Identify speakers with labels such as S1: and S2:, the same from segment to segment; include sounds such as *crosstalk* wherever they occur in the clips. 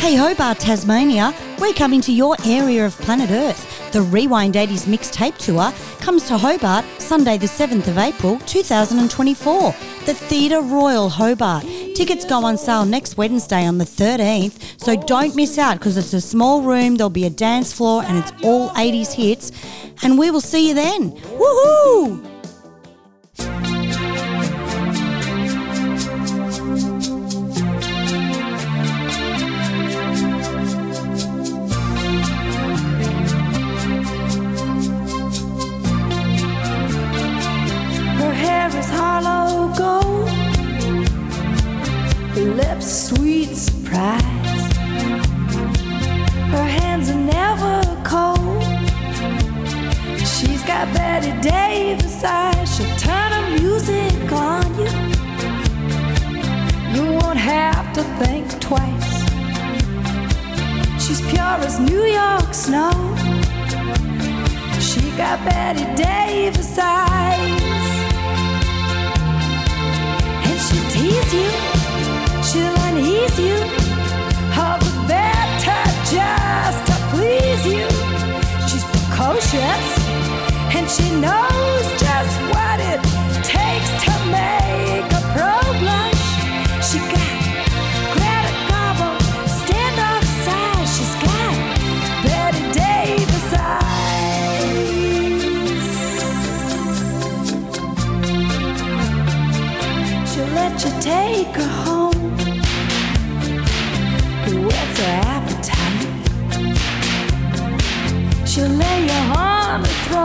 S1: Hey Hobart, Tasmania, we're coming to your area of planet Earth. The Rewind 80s mixtape tour comes to Hobart Sunday, the 7th of April 2024. The Theatre Royal Hobart. Tickets go on sale next Wednesday on the 13th, so don't miss out because it's a small room, there'll be a dance floor, and it's all 80s hits. And we will see you then. Woohoo!
S2: Her hair is hollow gold. Her lips sweet surprise. Her hands are never cold. She's got Betty Davis eyes. She'll turn the music on you. You won't have to think twice. She's pure as New York snow. She got Betty Davis eyes. And she'll tease you, she'll unease you. All the better just to please you. She's precocious, and she knows just what it takes to make a pro blush. She got Greta Garbo, standoff size. She's got Betty Davis eyes. She'll let you take her home. Who whets her appetite? She'll lay you on the throne.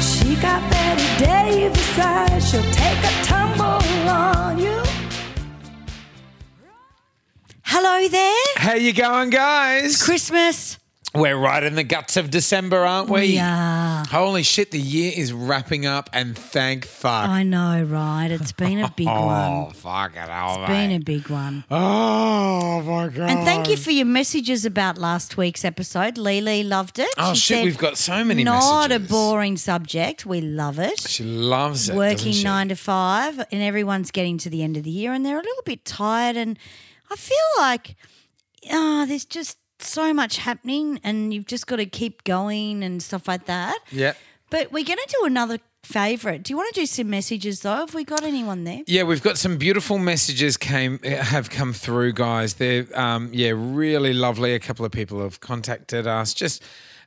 S2: She got Betty Davis eyes. She'll take a tumble on you.
S1: Hello there.
S3: How you going, guys?
S1: Christmas.
S3: We're right in the guts of December, aren't we?
S1: Yeah.
S3: Holy shit, the year is wrapping up, and thank fuck.
S1: I know, right? It's been
S2: *laughs*
S1: a big
S3: oh,
S1: one.
S3: fuck it all,
S1: Been a
S3: mate.
S1: big one.
S3: Oh my god!
S1: And thank you for your messages about last week's episode. Lily loved it.
S3: Oh, shit, we've got so many
S1: Not
S3: messages."
S1: a boring subject. We love it.
S3: She loves it. doesn't
S1: Working
S3: she?
S1: nine to five, and everyone's getting to the end of the year, and they're a little bit tired. And I feel like, ah, there's just so much happening, and you've just got to keep going and stuff like that.
S3: Yeah.
S1: But we're going to do another favourite. Do you want to do some messages though? Have we got anyone there?
S3: Yeah, we've got some beautiful messages came have come through, guys. They're um, yeah, really lovely. A couple of people have contacted us. Just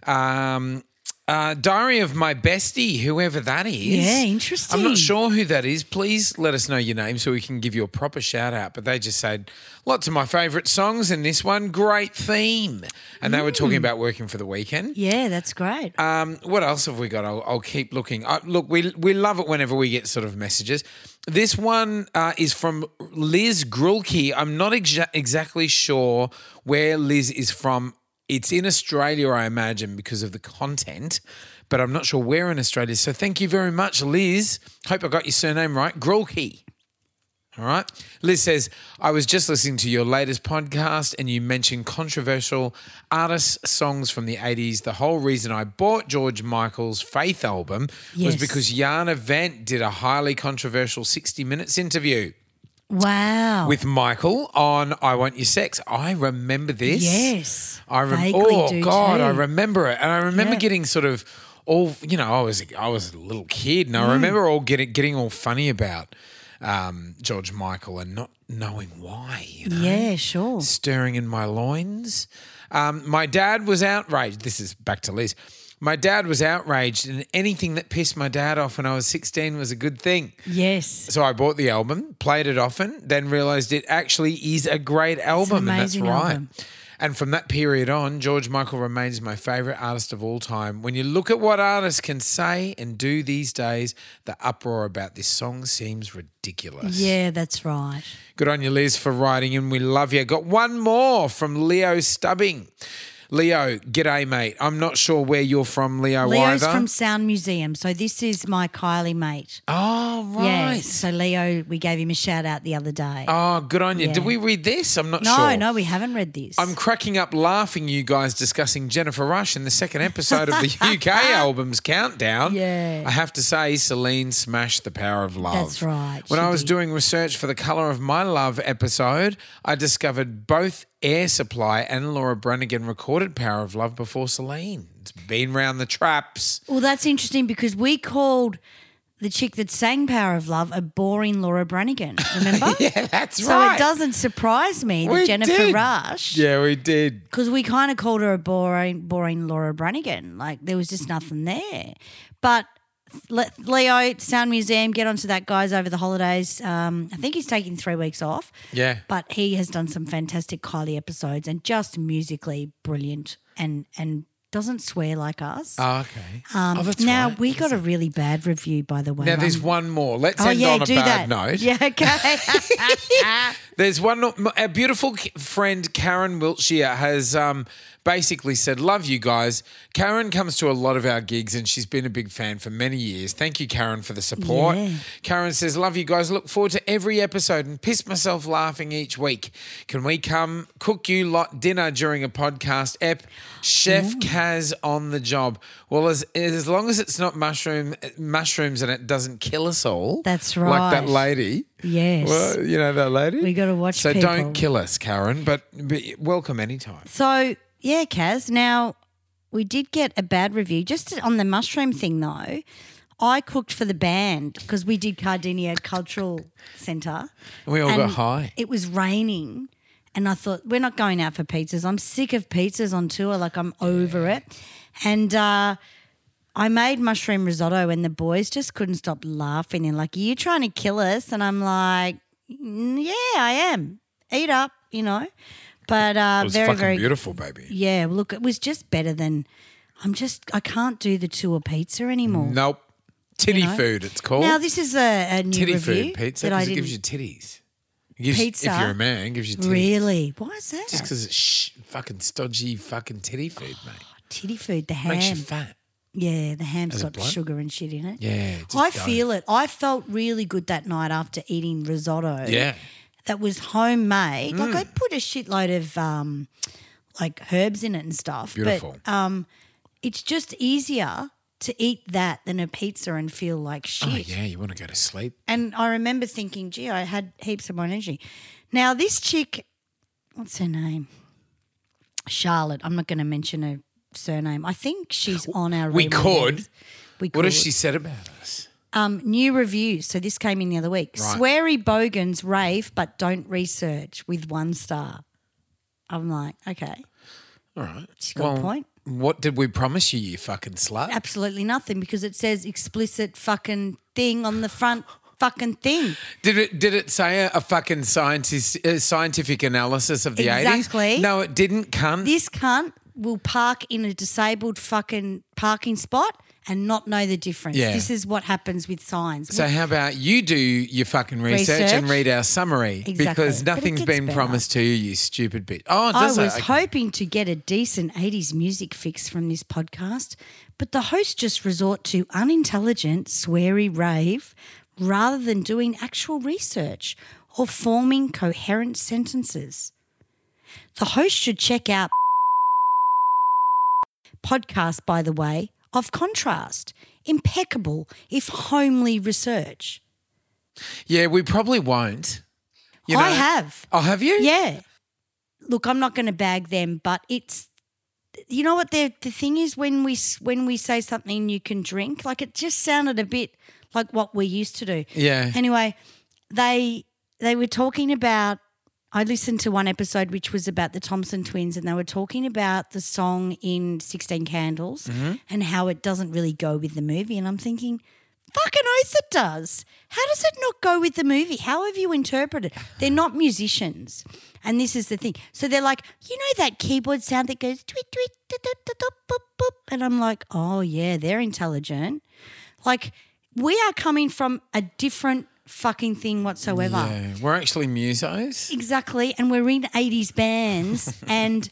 S3: um, uh, diary of my bestie, whoever that is.
S1: Yeah, interesting.
S3: I'm not sure who that is. Please let us know your name so we can give you a proper shout out. But they just said lots of my favourite songs and this one great theme, and they were talking
S1: Mm.
S3: about working for the weekend.
S1: Yeah, that's great.
S3: Um, what else have we got? I'll, I'll keep looking. Uh, look, we we love it whenever we get sort of messages. This one uh, is from Liz Grulke. I'm not exa- exactly sure where Liz is from. It's in Australia, I imagine, because of the content, but I'm not sure where in Australia. So thank you very much, Liz. Hope I got your surname right, Grulke. All right. Liz says, I was just listening to your latest podcast and you mentioned controversial artists' songs from the 80s. The whole reason I bought George Michael's Faith album
S1: Yes.
S3: was because Yana Vent did a highly controversial 60 Minutes interview
S1: wow.
S3: with Michael on I Want Your Sex. I remember this.
S1: Yes,
S3: I remember.
S1: vaguely
S3: Oh
S1: do
S3: God,
S1: too.
S3: I remember it, and I remember
S1: Yeah.
S3: getting sort of all. You know, I was I was a little kid, and I
S1: Mm.
S3: remember all getting getting all funny about um, George Michael and not knowing why. You know
S1: yeah, sure.
S3: stirring in my loins. Um, my dad was outraged. This is back to Liz. My dad was outraged, and anything that pissed my dad off when I was 16 was a good thing.
S1: Yes.
S3: So I bought the album, played it often, then realized it actually is a great album, and that's
S1: amazing
S3: right.
S1: album.
S3: And from that period on, George Michael remains my favorite artist of all time. When you look at what artists can say and do these days, the uproar about this song seems ridiculous.
S1: Yeah, that's right.
S3: Good on you, Liz, for writing in. We love you. Got one more from Leo Stubbing. Leo, g'day, mate. I'm not sure where you're from, Leo.
S1: Leo's
S3: either.
S1: from Sound Museum. So this is my Kylie mate.
S3: Oh right.
S1: Yeah. So Leo, we gave him a shout out the other day.
S3: Oh, good on you.
S1: Yeah.
S3: Did we read this? I'm not
S1: no,
S3: sure.
S1: no, we haven't read this.
S3: I'm cracking up laughing, you guys, discussing Jennifer Rush in the second episode
S1: *laughs*
S3: of the UK albums countdown.
S1: Yeah.
S3: I have to say, Celine smashed the power of love.
S1: That's right,
S3: When
S1: she
S3: I was
S1: did.
S3: doing research for the Colour of My Love episode, I discovered both Air Supply and Laura Branigan recorded Power of Love before Celine. It's been round the
S1: *laughs*
S3: traps.
S1: well, that's interesting because we called the chick that sang Power of Love a boring Laura Branigan.
S3: *laughs*
S1: Remember?
S3: Yeah, that's
S1: So
S3: right.
S1: it doesn't surprise me that
S3: We
S1: Jennifer
S3: did.
S1: Rush,
S3: Yeah, we did.
S1: because we kind of called her a boring, boring Laura Branigan. Like there was just nothing there. But Le- Leo Sound Museum, get onto that, guys, over the holidays. Um, I think he's taking three weeks off.
S3: Yeah.
S1: But he has done some fantastic Kylie episodes and just musically brilliant and and doesn't swear like us.
S3: Oh, okay.
S1: Um,
S3: oh, that's
S1: now
S3: right.
S1: we got a really bad review, by the way.
S3: Now there's
S1: Mum.
S3: one more. Let's
S1: Oh
S3: end
S1: yeah,
S3: on a
S1: do that.
S3: bad note.
S1: Yeah,
S3: *laughs*
S1: okay.
S3: There's one. Our beautiful k- friend Karen Wiltshire has um, basically said, "Love you guys." Karen comes to a lot of our gigs, and she's been a big fan for many years. Thank you, Karen, for the support.
S1: Yeah.
S3: Karen says, "Love you guys. Look forward to every episode and piss myself laughing each week. Can we come cook you lot dinner during a podcast ep? Chef
S1: Mm.
S3: Kaz on the job. Well, as as long as it's not mushroom mushrooms and it doesn't kill us all.
S1: That's
S3: Like that
S1: right.
S3: lady.
S1: Yes.
S3: Well, you know that lady.
S1: We gotta watch
S3: So
S1: people.
S3: don't kill us, Karen. But, but welcome anytime.
S1: So yeah, Kaz. Now we did get a bad review just on the mushroom thing though. I cooked for the band because we did Cardinia Cultural Centre.
S3: We all
S1: and
S3: got high.
S1: It was raining, and I thought we're not going out for pizzas. I'm sick of pizzas on tour. Like I'm over it. And uh, I made mushroom risotto, and the boys just couldn't stop laughing. They're like, "Are you trying to kill us?" And I'm like, "Mm, "Yeah, I am. Eat up, you know." But uh,
S3: It was
S1: very,
S3: fucking
S1: very
S3: beautiful, baby.
S1: yeah, look, it was just better than. I'm just. I can't do the tour pizza anymore.
S3: Nope. Titty
S1: You know?
S3: food, it's called.
S1: Now this is a, a new
S3: titty
S1: review
S3: food pizza
S1: that I
S3: because it
S1: didn't
S3: gives you titties. It gives-
S1: Pizza?
S3: If you're a man, it gives you titties.
S1: really. Why is that?
S3: Just because it's sh- fucking stodgy fucking titty food, mate.
S1: Titty food. The
S3: Makes
S1: ham.
S3: you fat.
S1: yeah, the ham's
S3: As a
S1: got
S3: bloke?
S1: sugar and shit in it.
S3: Yeah, just
S1: I
S3: don't.
S1: feel it. I felt really good that night after eating risotto.
S3: Yeah. Mm.
S1: that was homemade. Like I put a shitload of um, like herbs in it and stuff.
S3: Beautiful.
S1: But um, it's just easier to eat that than a pizza and feel like shit.
S3: Oh, yeah, you want to go to sleep.
S1: And I remember thinking, gee, I had heaps of my energy. Now, this chick, what's her name? Charlotte. I'm not going to mention her surname. I think she's on our
S3: We
S1: Rebel
S3: could.
S1: Reviews. We could.
S3: What has she said about us?
S1: Um, new reviews. So this came in the other week.
S3: Right.
S1: Sweary bogans rave, but don't research with one star. I'm like, okay,
S3: All right.
S1: she's got a point.
S3: What did we promise you, you fucking slut?
S1: Absolutely nothing because it says explicit fucking thing on the front fucking thing.
S3: Did it did it say a, a fucking scientist uh, scientific analysis of the eighties?
S1: Exactly.
S3: No, it didn't. Cunt.
S1: this cunt will park in a disabled fucking parking spot and not know the difference.
S3: Yeah.
S1: This is what happens with signs.
S3: so how about you do your fucking research, and
S1: Research.
S3: read our summary
S1: Exactly.
S3: because
S1: But it
S3: nothing's
S1: gets
S3: been
S1: better.
S3: promised to you, you stupid bitch. Oh,
S1: I
S3: does
S1: was
S3: it?
S1: hoping to get a decent 80s music fix from this podcast, but the hosts just resort to unintelligent, sweary rave rather than doing actual research or forming coherent sentences. The host should check out podcast, by the way, of contrast. Impeccable, if homely research.
S3: yeah, we probably won't. You
S1: I
S3: know-
S1: have.
S3: Oh, have you?
S1: Yeah. Look, I'm not going to bag them, but it's you know what the the thing is when we s- when we say something you can drink, like it just sounded a bit like what we used to do.
S3: Yeah.
S1: Anyway, they they were talking about I listened to one episode which was about the Thompson twins and they were talking about the song in 16 Candles and how it doesn't really go with the movie and I'm thinking fucking oath it does. How does it not go with the movie? How have you interpreted? They're not musicians. And this is the thing. So they're like, you know that keyboard sound that goes tweet tweet da, da, da, da, boop, boop. and I'm like, "Oh yeah, they're intelligent." Like we are coming from a different fucking thing whatsoever.
S3: Yeah, We're actually musos. *laughs*
S1: Exactly. And we're in 80s bands and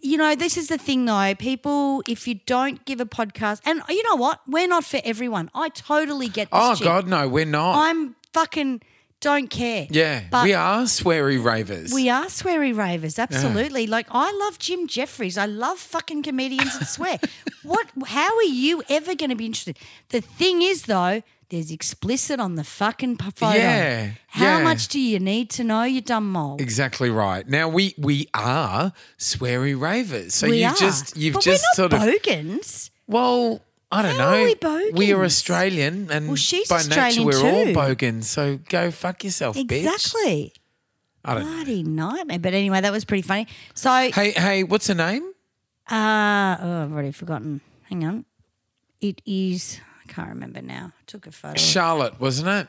S1: you know, this is the thing though. People, if you don't give a podcast, and you know what? We're not for everyone. I totally get this.
S3: Oh
S1: chick.
S3: God, no, we're not.
S1: I'm fucking don't care.
S3: yeah,
S1: But
S3: we are sweary ravers.
S1: We are sweary ravers, absolutely. Like I love Jim Jeffries. I love fucking comedians that
S3: *laughs*
S1: swear. what how are you ever gonna be interested? The thing is though, there's explicit on the fucking p- photo.
S3: Yeah,
S1: How
S3: yeah.
S1: much do you need to know, you dumb mole?
S3: Exactly right. Now we we are sweary ravers. So
S1: we
S3: you've
S1: are.
S3: just you've
S1: but
S3: just
S1: we're
S3: sort
S1: not
S3: of
S1: bogans.
S3: well, I don't
S1: How
S3: know.
S1: are we
S3: are
S1: bogans?
S3: Australian, and
S1: Well, she's
S3: by
S1: Australian
S3: nature we're
S1: too.
S3: all bogans. So go fuck yourself, bitch.
S1: Exactly.
S3: I don't. know.
S1: Bloody nightmare. But anyway, that was pretty funny. So
S3: Hey, hey, what's her name?
S1: Uh, oh, I've already forgotten. Hang on. It is, I can't remember now. I took a photo.
S3: Charlotte, wasn't it?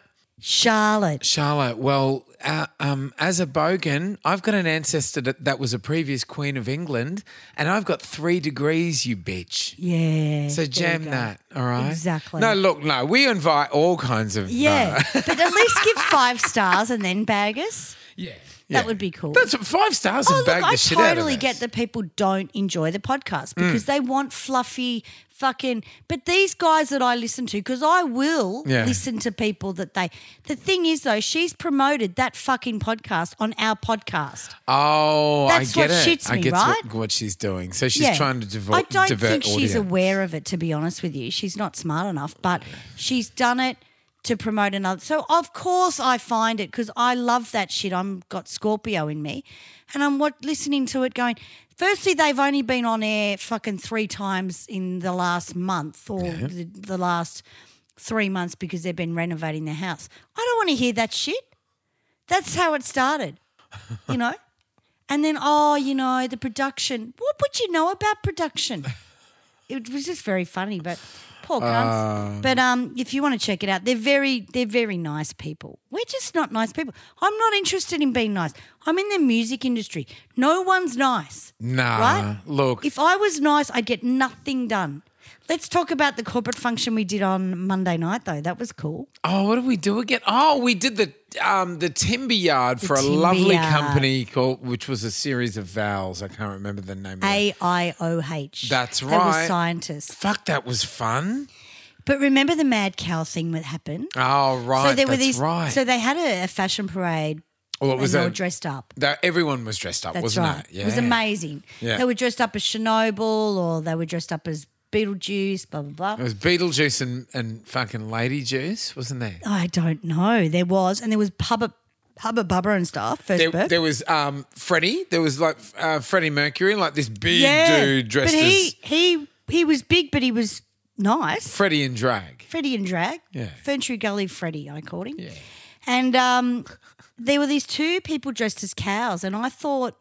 S1: Charlotte.
S3: Charlotte. Well, uh, um, as a bogan, I've got an ancestor that, that was a previous Queen of England, and I've got three degrees, you bitch.
S1: Yeah. there
S3: So
S1: you
S3: jam
S1: go.
S3: that, all right?
S1: Exactly.
S3: No, look, no, we invite all kinds of.
S1: Yeah.
S3: *laughs*
S1: *laughs*
S3: no.
S1: but at least give five stars and then bag us.
S3: yeah.
S1: That would be cool.
S3: That's five stars
S1: Oh,
S3: and
S1: look,
S3: bag
S1: I
S3: the shit out of
S1: totally
S3: us. Mm.
S1: get that people don't enjoy the podcast because they want fluffy fucking. But these guys that I listen to, because I will
S3: Yeah.
S1: listen to people that they. The thing is, though, she's promoted that fucking podcast on our podcast.
S3: Oh,
S1: That's
S3: I
S1: what
S3: get it.
S1: shits
S3: I
S1: me,
S3: get
S1: right?
S3: what, what she's doing. So she's
S1: Yeah.
S3: trying to divert.
S1: I don't
S3: divert
S1: think she's
S3: audience.
S1: aware of it, to be honest with you. She's not smart enough, but she's done it to promote another. So of course I find it because I love that shit. I'm got Scorpio in me, and I'm what listening to it going. Firstly, they've only been on air fucking three times in the last month or the, the last three months because they've been renovating their house. I don't want to hear that shit. That's how it started, you know? And then, oh, you know, the production. What would you know about production? *laughs* It was just very funny, but poor cunts. but um, if you want to check it out, they're very, they're very nice people. We're just not nice people. I'm not interested in being nice. I'm in the music industry. No one's nice.
S3: Nah,
S1: Right?
S3: look.
S1: If I was nice, I'd get nothing done. Let's talk about the corporate function we did on Monday night, though. That was cool.
S3: Oh, what did we do again? Oh, we did the um, the timber yard for a
S1: timber
S3: lovely
S1: yard.
S3: company called, which was a series of vowels. I can't remember the name. of it.
S1: A I O H.
S3: That's
S1: They were
S3: right.
S1: scientists.
S3: Fuck, that was fun.
S1: But remember the mad cow thing that happened?
S3: Oh, right.
S1: so there were
S3: that's
S1: these.
S3: right.
S1: So they had a, a fashion parade.
S3: Well, it was
S1: and they
S3: a-
S1: were dressed up.
S3: That- everyone was dressed up,
S1: That's
S3: wasn't
S1: right.
S3: it? Yeah.
S1: It was amazing.
S3: Yeah.
S1: They were dressed up as Chernobyl, or they were dressed up as Beetlejuice. Blah blah
S3: It
S1: blah.
S3: was Beetlejuice and, and fucking Lady Juice, wasn't there?
S1: I don't know. There was, and there was Hubba Hubba Bubba and stuff. First
S3: There,
S1: birth.
S3: there was um, Freddie. There was like uh, Freddie Mercury, like this big
S1: yeah.
S3: dude dressed
S1: but he
S3: as
S1: he he was big, but he was nice.
S3: Freddie in drag.
S1: Freddie and Drag.
S3: Yeah.
S1: Ferntree Gully Freddie, I called him. Yeah. And um, there were these two people dressed as cows, and I thought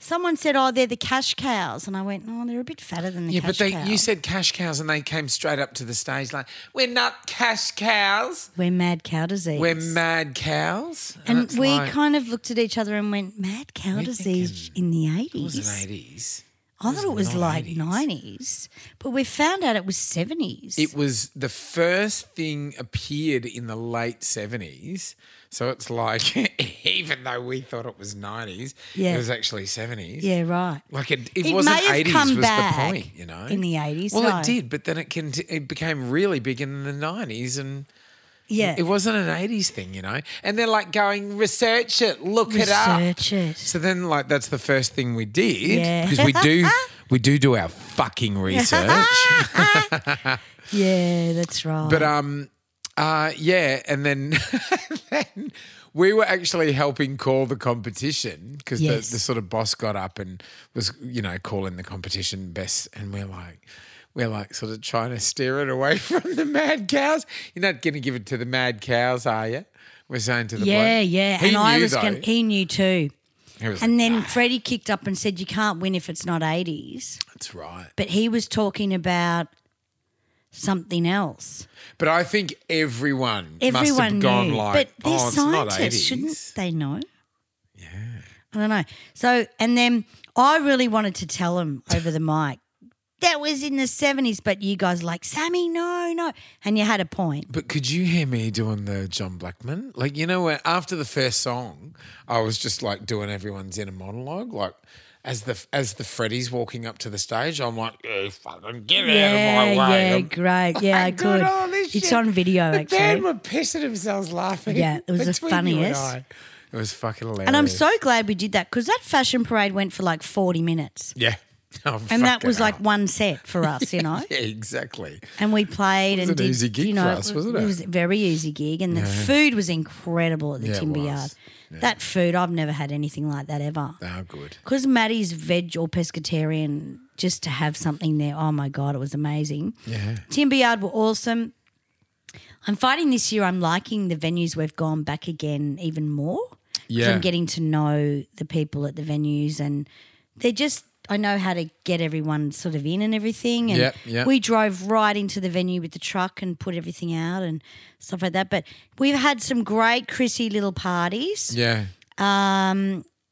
S1: someone said, "Oh, they're the cash cows," and I went, "Oh, they're a bit fatter than the
S3: Yeah,
S1: cash
S3: but they
S1: cow."
S3: you said cash cows and they came straight up to the stage like, We're not cash cows.
S1: we're mad cow disease.
S3: We're mad cows.
S1: and
S3: it's
S1: we
S3: like,
S1: kind of looked at each other and went, "Mad cow disease in the
S3: it
S1: eighties."
S3: was an 80s.
S1: I thought it was
S3: not
S1: like
S3: 80s.
S1: nineties, but we found out it was seventies.
S3: It was the first thing appeared in the late 70s. So it's like, *laughs* even though we thought it was 90s,
S1: Yeah.
S3: it was actually 70s.
S1: Yeah, right.
S3: Like it, it,
S1: It
S3: wasn't
S1: may have
S3: 80s
S1: come
S3: was
S1: back
S3: the point, you know.
S1: in the 80s,
S3: Well,
S1: though.
S3: it did, but then it can it became really big in the 90s and
S1: Yeah,
S3: It wasn't an 80s thing, you know? And they're like going, research it, look it up.
S1: research it.
S3: So then, like, that's the first thing we did
S1: Yeah.
S3: because we do
S1: *laughs*
S3: we do do our fucking research.
S1: *laughs*
S3: *laughs*
S1: Yeah, that's right.
S3: but um, uh, yeah, and then, *laughs* then we were actually helping call the competition because
S1: Yes.
S3: the, the sort of boss got up and was you know calling the competition best, and we're like. We're like sort of trying to steer it away *laughs* from the mad cows. You're not going to give it to the mad cows, are you? We're saying to the
S1: Yeah,
S3: bloke.
S1: yeah.
S3: He
S1: and I
S3: knew,
S1: was
S3: though.
S1: gonna, he knew too.
S3: He was
S1: And
S3: like,
S1: then Freddie kicked up and said, You can't win if it's not 80s.
S3: That's right.
S1: But he was talking about something else.
S3: But I think everyone, must
S1: Everyone
S3: have gone
S1: knew.
S3: like,
S1: but they're
S3: oh, it's not
S1: scientists,
S3: 80s.
S1: shouldn't they know? Yeah. I don't know. So, and then I really wanted to tell him over the mic. That was in the 70s, but you guys like, Sammy, no, no. And you had a point.
S3: But could you hear me doing the John Blackman? Like, you know, when after the first song, I was just like doing everyone's inner monologue, like, as the as the Freddy's walking up to the stage, I'm like, "Hey, fucking get out
S1: Yeah,
S3: of my way!"
S1: yeah,
S3: I'm- *laughs*
S1: great. Yeah, I
S3: I've
S1: could.
S3: done all this
S1: It's
S3: shit.
S1: on video,
S3: the band
S1: actually.
S3: were pissing themselves laughing.
S1: Yeah, it was the
S3: between you and
S1: funniest.
S3: I. It was fucking hilarious.
S1: And I'm so glad we did that because that fashion parade went for like 40 minutes.
S3: yeah, *laughs* Oh,
S1: And that
S3: fucking
S1: was like
S3: hell.
S1: one set for us, you know?
S3: *laughs* yeah, exactly.
S1: And we played
S3: was
S1: and
S3: an
S1: did,
S3: easy gig
S1: you know,
S3: for us, wasn't it?
S1: was a very easy gig. And the food was incredible at the
S3: Yeah, it
S1: Timber
S3: was.
S1: Yard. That food, I've never had anything like that ever.
S3: Oh, good.
S1: Because Maddie's veg or pescatarian, just to have something there, oh my God, it was amazing.
S3: Yeah.
S1: Timber Yard were awesome. I'm finding this year I'm liking the venues we've gone back again even more. 'Cause
S3: Yeah.
S1: I'm getting to know the people at the venues and they're just I know how to get everyone sort of in and everything. And
S3: Yep, yep.
S1: we drove right into the venue with the truck and put everything out and stuff like that. But we've had some great Chrissy little parties
S3: Yeah.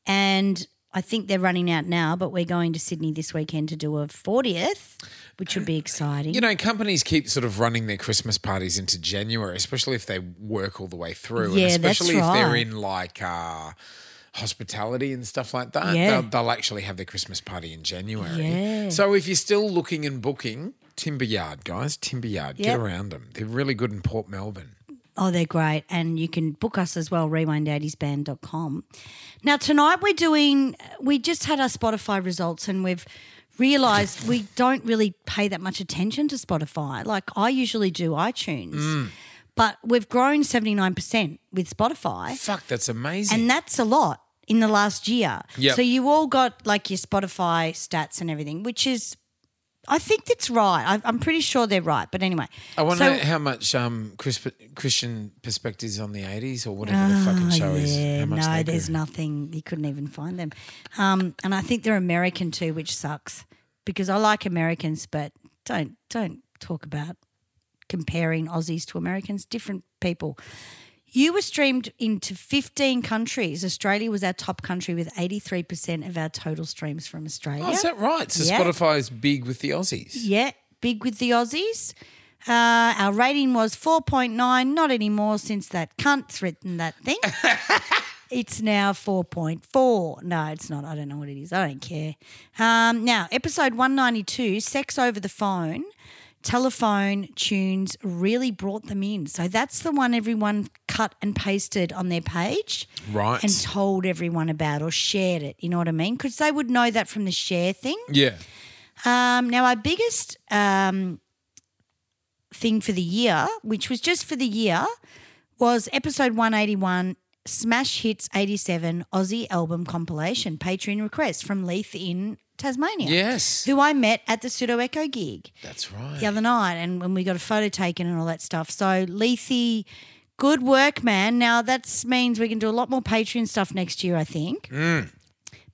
S1: and I think they're running out now, but we're going to Sydney this weekend to do a 40th, which would be exciting.
S3: You know, companies keep sort of running their Christmas parties into January, especially if they work all the way through.
S1: Yeah,
S3: and
S1: that's
S3: especially if they're
S1: right.
S3: in like uh, hospitality and stuff like that.
S1: Yeah.
S3: They'll, they'll actually have their Christmas party in January.
S1: Yeah.
S3: So if you're still looking and booking, Timber Yard, guys, Timber Yard, get
S1: Yep.
S3: around them. They're really good in Port Melbourne.
S1: Oh, they're great. And you can book us as well, rewinddaddiesband.com. Now, tonight we're doing, we just had our Spotify results and we've realised we don't really pay that much attention to Spotify. Like I usually do iTunes,
S3: Mm.
S1: but we've grown 79% with Spotify.
S3: Fuck, that's amazing.
S1: And that's a lot in the last year.
S3: Yep.
S1: So you all got like your Spotify stats and everything, which is, I think that's right. I, I'm pretty sure they're right. But anyway,
S3: I wonder
S1: so-
S3: how much um, Chris, Christian Perspectives on the 80s or whatever the fucking show is.
S1: Ah, Oh, Yeah,
S3: How much
S1: no,
S3: they do.
S1: there's nothing. You couldn't even find them. Um, and I think they're American too, which sucks because I like Americans, but don't don't talk about comparing Aussies to Americans. Different people. You were streamed into 15 countries. Australia was our top country with 83% of our total streams from Australia.
S3: Oh, is that right? So
S1: Yeah.
S3: Spotify is big with the Aussies.
S1: Yeah, big with the Aussies. Uh, our rating was 4.9, not anymore since that cunt's written that
S3: *laughs*
S1: thing. it's now 4.4. No, it's not. I don't know what it is. I don't care. Um, now, episode 192 Sex Over the Phone, telephone tunes really brought them in. So that's the one everyone cut and pasted on their page
S3: Right.
S1: and told everyone about or shared it. You know what I mean? Because they would know that from the share thing.
S3: Yeah.
S1: Um, now, our biggest um, thing for the year, which was just for the year, was episode 181 Smash Hits 87 Aussie Album Compilation Patreon Request from Leith in Tasmania.
S3: Yes.
S1: Who I met at the Pseudo Echo gig
S3: That's right.
S1: the other night and when we got a photo taken and all that stuff. So Lethe, good work, man. Now that means we can do a lot more Patreon stuff next year, I think.
S3: Mm.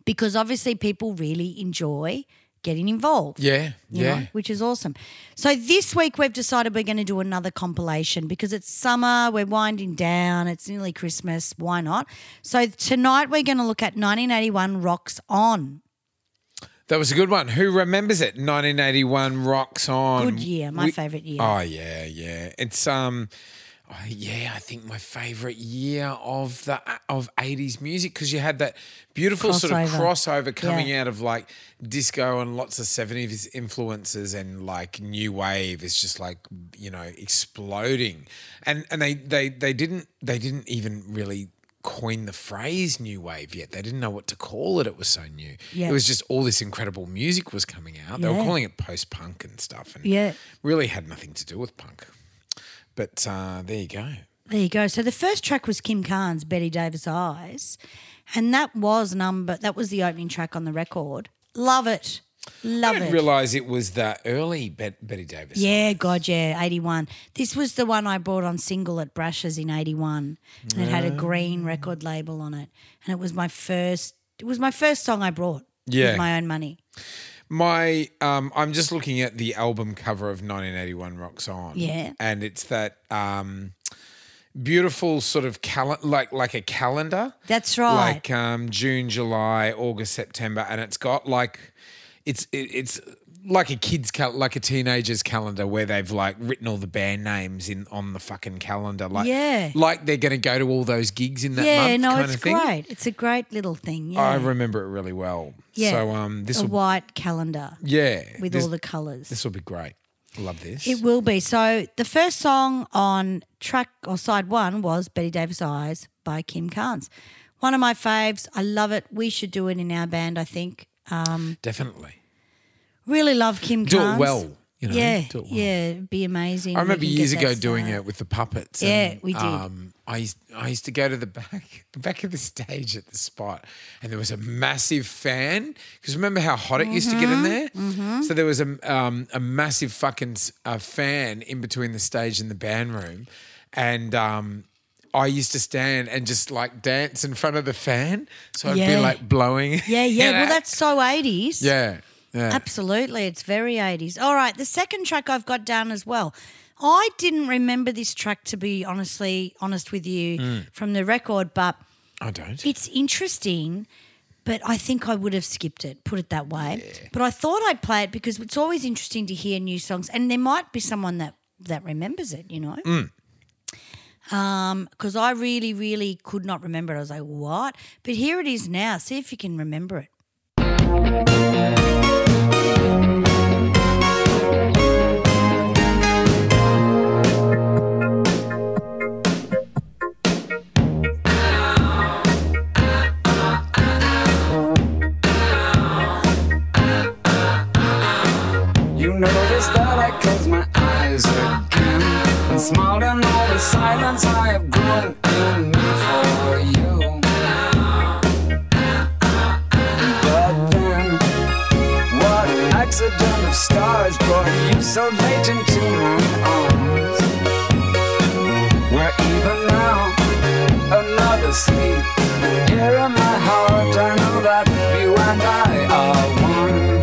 S1: Because obviously people really enjoy getting involved.
S3: Yeah,
S1: you
S3: yeah.
S1: know, which is awesome. So this week we've decided we're going to do another compilation because it's summer, we're winding down, it's nearly Christmas, why not? So tonight we're going to look at 1981 Rocks On.
S3: That was a good one. Who remembers it? 1981 rocks on.
S1: Good year, my
S3: Um, We-
S1: favorite year.
S3: Oh yeah, yeah. It's um oh, yeah, I think my favorite year of the of 80s music cuz you had that beautiful sort of crossover coming
S1: Yeah.
S3: out of like disco and lots of 70s influences and like new wave is just like, you know, exploding. And and they they they didn't they didn't even really coin the phrase new wave yet they didn't know what to call it it was so new
S1: Yeah.
S3: it was just all this incredible music was coming out they were
S1: Yeah.
S3: calling it post-punk and stuff and
S1: Yeah.
S3: really had nothing to do with punk. But uh, there you go.
S1: There you go. So the first track was Kim Carnes, Betty Davis Eyes, and that was number that was the opening track on the record. Love it. Love
S3: I didn't
S1: it.
S3: realize it was that early Bet- Betty Davis.
S1: yeah, God, yeah, 81. This was the one I bought on single at Brash's in 81. And it had a green record label on it. And it was my first it was my first song I brought
S3: Yeah.
S1: with my own money.
S3: My, um, I'm just looking at the album cover of 1981 Rocks On.
S1: Yeah.
S3: And it's that um, beautiful sort of cal- like like a calendar.
S1: That's right.
S3: Like um, June, July, August, September, and it's got like, it's it, it's like a kid's cal- like a teenager's calendar where they've like written all the band names in on the fucking calendar like
S1: Yeah.
S3: like they're going to go to all those gigs in that
S1: yeah,
S3: month
S1: no,
S3: kind
S1: it's
S3: of thing.
S1: great. It's a great little thing. Yeah.
S3: I remember it really well.
S1: yeah.
S3: So um this
S1: a
S3: will
S1: white calendar
S3: yeah
S1: with
S3: this,
S1: all the colours.
S3: this will be great. I Love this.
S1: It will be. So the first song on track or side one was Betty Davis Eyes by Kim Carnes. One of my faves. I love it. We should do it in our band, I think. Um,
S3: Definitely.
S1: really love Kim
S3: Do
S1: Carnes.
S3: it well, you know.
S1: yeah.
S3: do it well.
S1: Yeah. It'd be amazing.
S3: I remember years ago doing it with the puppets. um,
S1: Yeah, we did.
S3: I used, I used to go to the *laughs* back the back of the stage at the spot, and there was a massive fan. Because remember how hot it used to
S1: Mm-hmm,
S3: get in there. So there was a um, a massive fucking s- uh, fan in between the stage and the band room, and. Um, I used to stand and just like dance in front of the fan, so I'd
S1: Yeah.
S3: be like blowing.
S1: Yeah, yeah.
S3: *laughs* You
S1: Well,
S3: know?
S1: that's so 80s.
S3: yeah, yeah.
S1: Absolutely. It's very 80s. All right. The second track I've got down as well. I didn't remember this track, to be honestly honest with you,
S3: Mm.
S1: from the record, but
S3: I don't.
S1: it's interesting. But I think I would have skipped it, put it that way. But I thought I'd play it because it's always interesting to hear new songs, and there might be someone that that remembers it, you know. Um, because I really, really could not remember it. I was like, "What?" But here it is now. See if you can remember it.
S4: You notice that I close my eyes again and smiled in all the silence I have grown in me for you. But then, what an accident of stars brought you so late into my arms. Where even now, another sleep. And here in my heart, I know that you and I are one.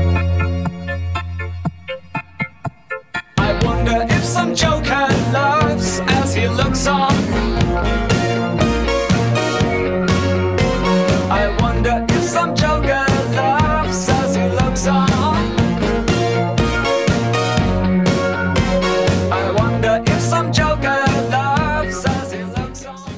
S4: I wonder if some joker loves as he looks on. I wonder if some joker loves as he looks on. I wonder if some joker loves as he looks on.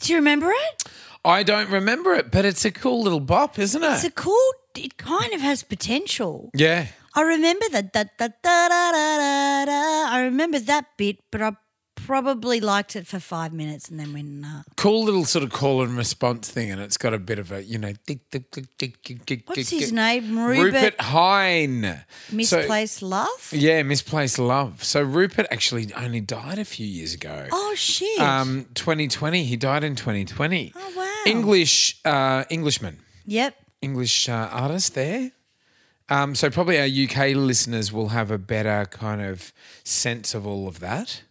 S1: Do you remember it?
S3: I don't remember it, but it's a cool little bop, isn't it?
S1: It's a cool. It kind of has potential.
S3: yeah.
S1: I remember that da, da, da, da, da, da, da. I remember that bit, but I probably liked it for five minutes and then went nah.
S3: cool little sort of call and response thing, and it's got a bit of a you know. tick, tick, tick, tick, tick, tick,
S1: What's
S3: tick,
S1: his
S3: tick.
S1: name? Rupert-
S3: Rupert, Hine.
S1: Misplaced love.
S3: So, yeah, misplaced love. So Rupert actually only died a few years ago.
S1: Oh shit!
S3: Um, 2020. He died in 2020.
S1: Oh, wow.
S3: English uh, Englishman,
S1: yep.
S3: English uh, artist there. Um, so probably our UK listeners will have a better kind of sense of all of that.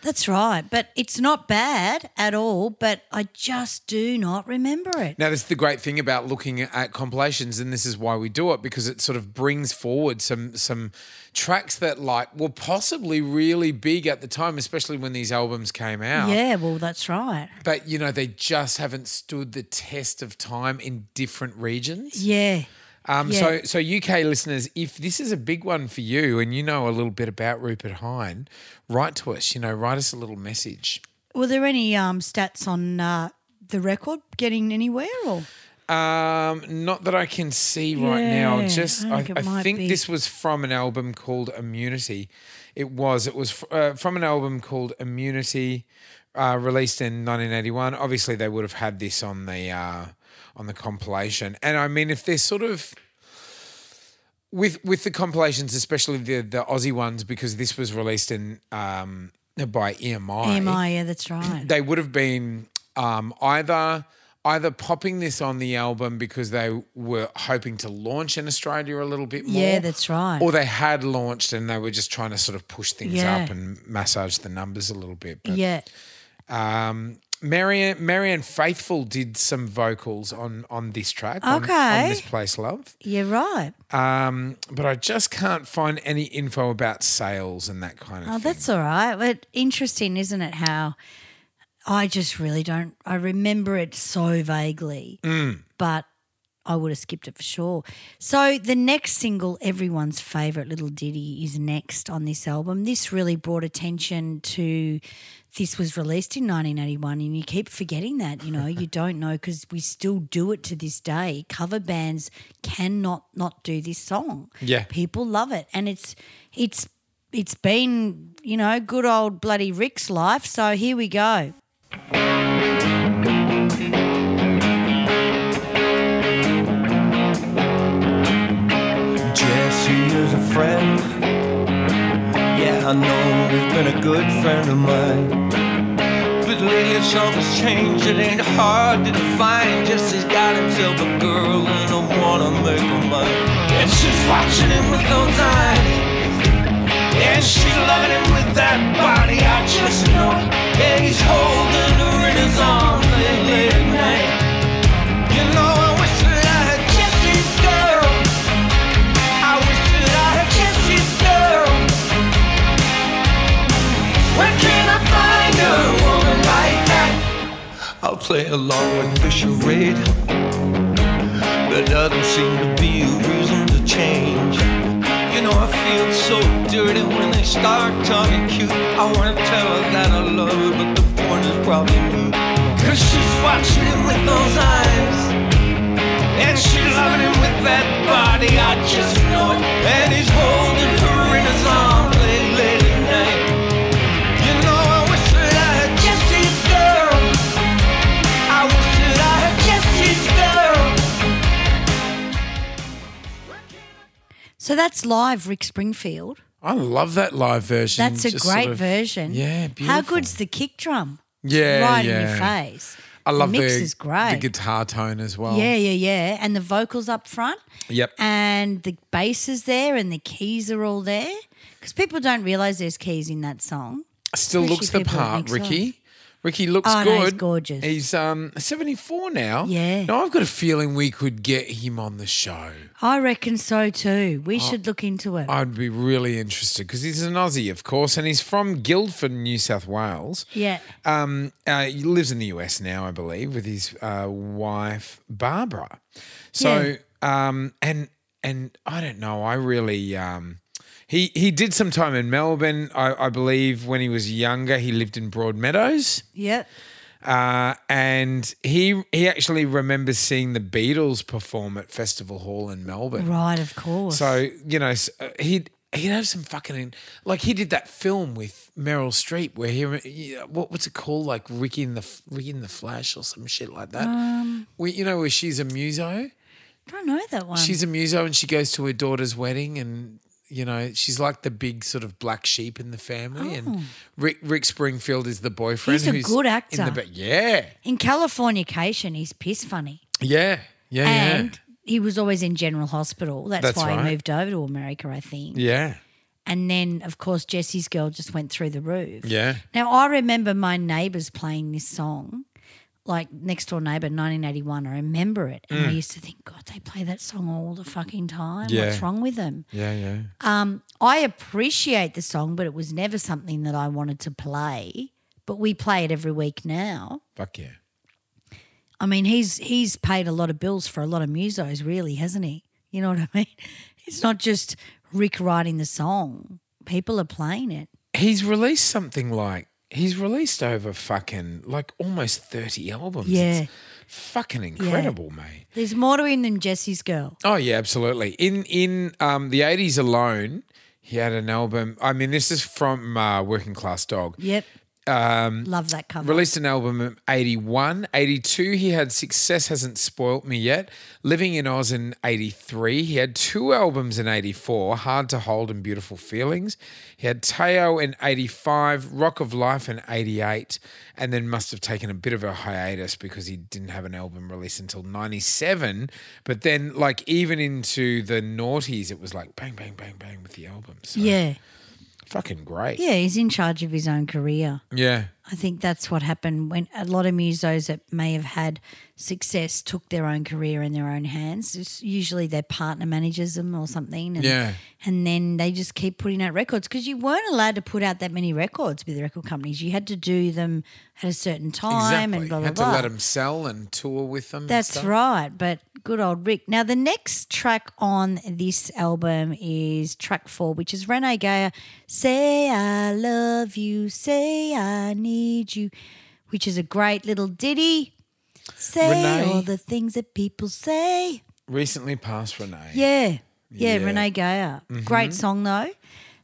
S1: That's right, but it's not bad at all. But I just do not remember it.
S3: Now, this is the great thing about looking at compilations, and this is why we do it because it sort of brings forward some some tracks that like were possibly really big at the time, especially when these albums came out.
S1: Yeah, well, that's right.
S3: But you know, they just haven't stood the test of time in different regions.
S1: Yeah,
S3: Um,
S1: yeah.
S3: So, so UK listeners, if this is a big one for you and you know a little bit about Rupert Hine, write to us. You know, write us a little message.
S1: were there any um, stats on uh, the record getting anywhere or?
S3: Um, not that I can see right now.
S1: Yeah,
S3: Just
S1: I
S3: I, I
S1: think it
S3: think,
S1: might be.
S3: this was from an album called Immunity. It was. It was fr- uh, from an album called Immunity, uh, released in 1981. Obviously, they would have had this on the uh, on the compilation. And I mean, if they're sort of with with the compilations, especially the the Aussie ones, because this was released in um, by
S1: EMI, yeah, that's right.
S3: they would have been um, either either popping this on the album because they were hoping to launch in Australia a little bit more.
S1: Yeah, that's right.
S3: Or they had launched and they were just trying to sort of push things
S1: Yeah.
S3: up and massage the numbers a little bit. But
S1: yeah.
S3: Marianne, Marianne Faithful did some vocals on on this track. on- On,
S1: Okay.
S3: This Place Love.
S1: Yeah, right.
S3: Um, but I just can't find any info about sales and that kind of
S1: Oh,
S3: thing.
S1: that's all right. But interesting, isn't it? How I just really don't. I remember it so vaguely, but I would have skipped it for sure. So the next single, everyone's favourite little ditty, is next on this album. This really brought attention to. This was released in 1981, and you keep forgetting that. You know, you don't know because we still do it to this day. Cover bands cannot not do this song.
S3: Yeah.
S1: people love it, and it's it's it's been you know good old bloody Rick's life. So here we go.
S5: Jesse is a friend. Yeah, I know he's been a good friend of mine. But lately something's changed, it ain't hard to define. Jesse's got himself a girl and I wanna make her mine. And she's watching him with those eyes. And she's loving him with that body, I just know. And he's holding her in his arms late, late at night. You know, I wish that I had Jesse's girl. I wish that I had Jesse's girl. Where can I find a woman like that? I'll play along with the charade. There doesn't seem to be a reason to change. You know, I feel so dirty when they start talking cute. I wanna tell her that I love her, but the point is probably moot. Cause she's watching him with those eyes. And she's loving him with that body, I just know it. And he's holding her in his arms late, late at night. You know, I wish that I had Jesse's girl. I wish that I had Jesse's girl.
S1: So that's live Rick Springfield.
S3: I love that live version.
S1: That's a
S3: Just
S1: great
S3: sort of-
S1: version.
S3: Yeah, beautiful.
S1: How good's the kick drum? It's
S3: Yeah,
S1: right in your
S3: yeah.
S1: face.
S3: I love
S1: the mix
S3: the,
S1: is great.
S3: the guitar tone as well.
S1: Yeah, yeah, yeah. And the vocals up front.
S3: Yep.
S1: And the bass is there, and the keys are all there because people don't realize there's keys in that song.
S3: Still
S1: Especially
S3: looks the
S1: people that
S3: part,
S1: mix
S3: Ricky. Ricky looks
S1: Oh,
S3: good.
S1: no, he's gorgeous.
S3: He's um 74 now.
S1: Yeah.
S3: Now I've got a feeling we could get him on the show.
S1: I reckon so too.
S3: Oh.
S1: We should look into it.
S3: I'd be really interested because he's an Aussie, of course, and he's from Guildford, New South Wales.
S1: yeah.
S3: Um, uh, he lives in the US now, I believe, with his uh, wife Barbara. So, um, and and I don't know. I really um, he he did some time in Melbourne, I, I believe, when he was younger. He lived in Broadmeadows,
S1: Yeah.
S3: uh, and he he actually remembers seeing the Beatles perform at Festival Hall in Melbourne.
S1: Right, of course.
S3: So you know s- uh, he'd. He'd have some fucking like he did that film with Meryl Streep where he yeah, what what's it called like Ricky in the F- Ricky in the Flash or some shit like that.
S1: Um,
S3: we, you know where she's a muso.
S1: I don't know that one.
S3: She's a muso and she goes to her daughter's wedding and you know she's like the big sort of black sheep in the family and Rick Rick Springfield is the boyfriend.
S1: Oh. He's a
S3: who's
S1: good
S3: in
S1: actor.
S3: the ba- yeah,
S1: in Californication, he's piss funny.
S3: yeah, yeah,
S1: And he was always in General Hospital. That's,
S3: That's
S1: why
S3: right.
S1: he moved over to America, I think.
S3: yeah,
S1: And then, of course, Jesse's Girl just went through the roof.
S3: yeah,
S1: Now, I remember my neighbours playing this song, like Next Door Neighbour, 1981. I remember it. And I used to think, God, they play that song all the fucking time.
S3: Mm. Yeah.
S1: What's wrong with them? Um,
S3: yeah, yeah,
S1: I appreciate the song, but it was never something that I wanted to play. But we play it every week now.
S3: fuck yeah.
S1: I mean, he's he's paid a lot of bills for a lot of musos, really, hasn't he? You know what I mean? *laughs* It's not just Rick writing the song; people are playing it.
S3: he's released something like he's released over fucking like almost 30 albums.
S1: Yeah.
S3: It's fucking incredible, mate.
S1: There's more to him than Jesse's Girl.
S3: Oh yeah, absolutely. In in um, the 80s alone, he had an album. I mean, this is from uh, Working Class Dog.
S1: Yep. Um, Love that cover.
S3: Released an album in 81. 82, he had Success Hasn't Spoilt Me Yet. Living in Oz in 83. He had two albums in 84, Hard to Hold and Beautiful Feelings. He had Teo in 85, Rock of Life in 88, and then must have taken a bit of a hiatus because he didn't have an album release until 97. But then, like, even into the noughties, it was like bang, bang, bang, bang with the albums. So,
S1: yeah,
S3: Fucking great.
S1: yeah. He's in charge of his own career.
S3: Yeah.
S1: I think that's what happened when a lot of musos that may have had success took their own career in their own hands. It's usually their partner manages them or something. And,
S3: Yeah.
S1: And then they just keep putting out records because you weren't allowed to put out that many records with the record companies. You had to do them at a certain time
S3: exactly.
S1: and blah, blah,
S3: Had to
S1: blah.
S3: let them sell and tour with them. and
S1: That's
S3: stuff.
S1: right. But good old Rick. Now, the next track on this album is track four, which is Renee Gaia. Say I love you. Say I need you, which is a great little ditty. Say
S3: Renee-
S1: all the things that people say.
S3: Recently passed Renee.
S1: Yeah. Yeah,
S3: Yeah. Mm-hmm.
S1: Renee Gaia. Great song, though.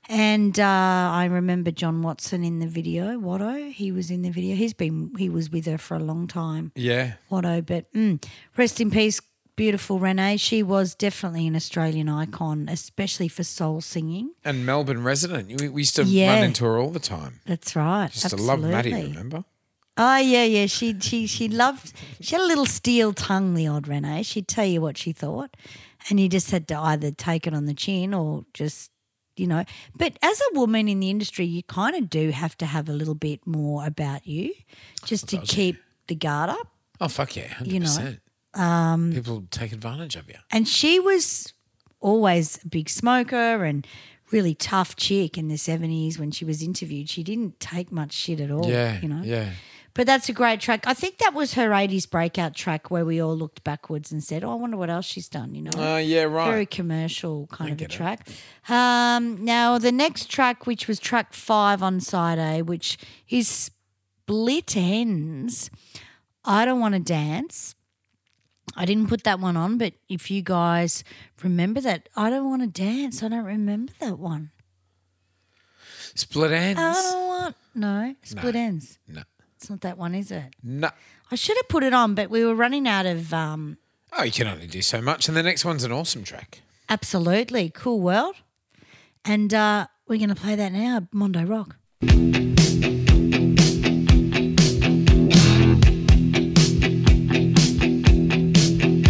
S1: And uh, I remember John Watson in the video. Watto, he was in the video. He's been, he was with her for a long time.
S3: Yeah.
S1: Watto, but mm, rest in peace, beautiful Renee. She was definitely an Australian icon, especially for soul singing.
S3: And Melbourne resident. We, we used to
S1: Yeah.
S3: run into her all the time.
S1: That's right.
S3: Used to love Maddie,
S1: absolutely.
S3: remember?
S1: Oh yeah, yeah. She she she loved. She had a little steel tongue, the odd Renee. She'd tell you what she thought, and you just had to either take it on the chin or just you know. But as a woman in the industry, you kind of do have to have a little bit more about you, just to keep the guard up.
S3: Oh, fuck yeah. 100%.
S1: You know. um,
S3: People take advantage of you.
S1: And she was always a big smoker and really tough chick in the 70s when she was interviewed. She didn't take much shit at all,
S3: yeah.
S1: you know.
S3: Yeah.
S1: But that's a great track. I think that was her 80s breakout track where we all looked backwards and said, "Oh, I wonder what else she's done," you know.
S3: Oh, yeah, right.
S1: Very commercial kind of a track. Um, now the next track which was track 5 on side A, which is Split Ends. I don't want to dance. I didn't put that one on, but if you guys remember that, I don't want to dance. I don't remember that one.
S3: Split ends.
S1: I don't want no split ends.
S3: No.
S1: It's not that one, is it?
S3: No.
S1: I should have put it on, but we were running out of um,
S3: Oh, you can only do so much. And the next one's an awesome track.
S1: absolutely cool world, and uh, we're gonna play that now, Mondo Rock.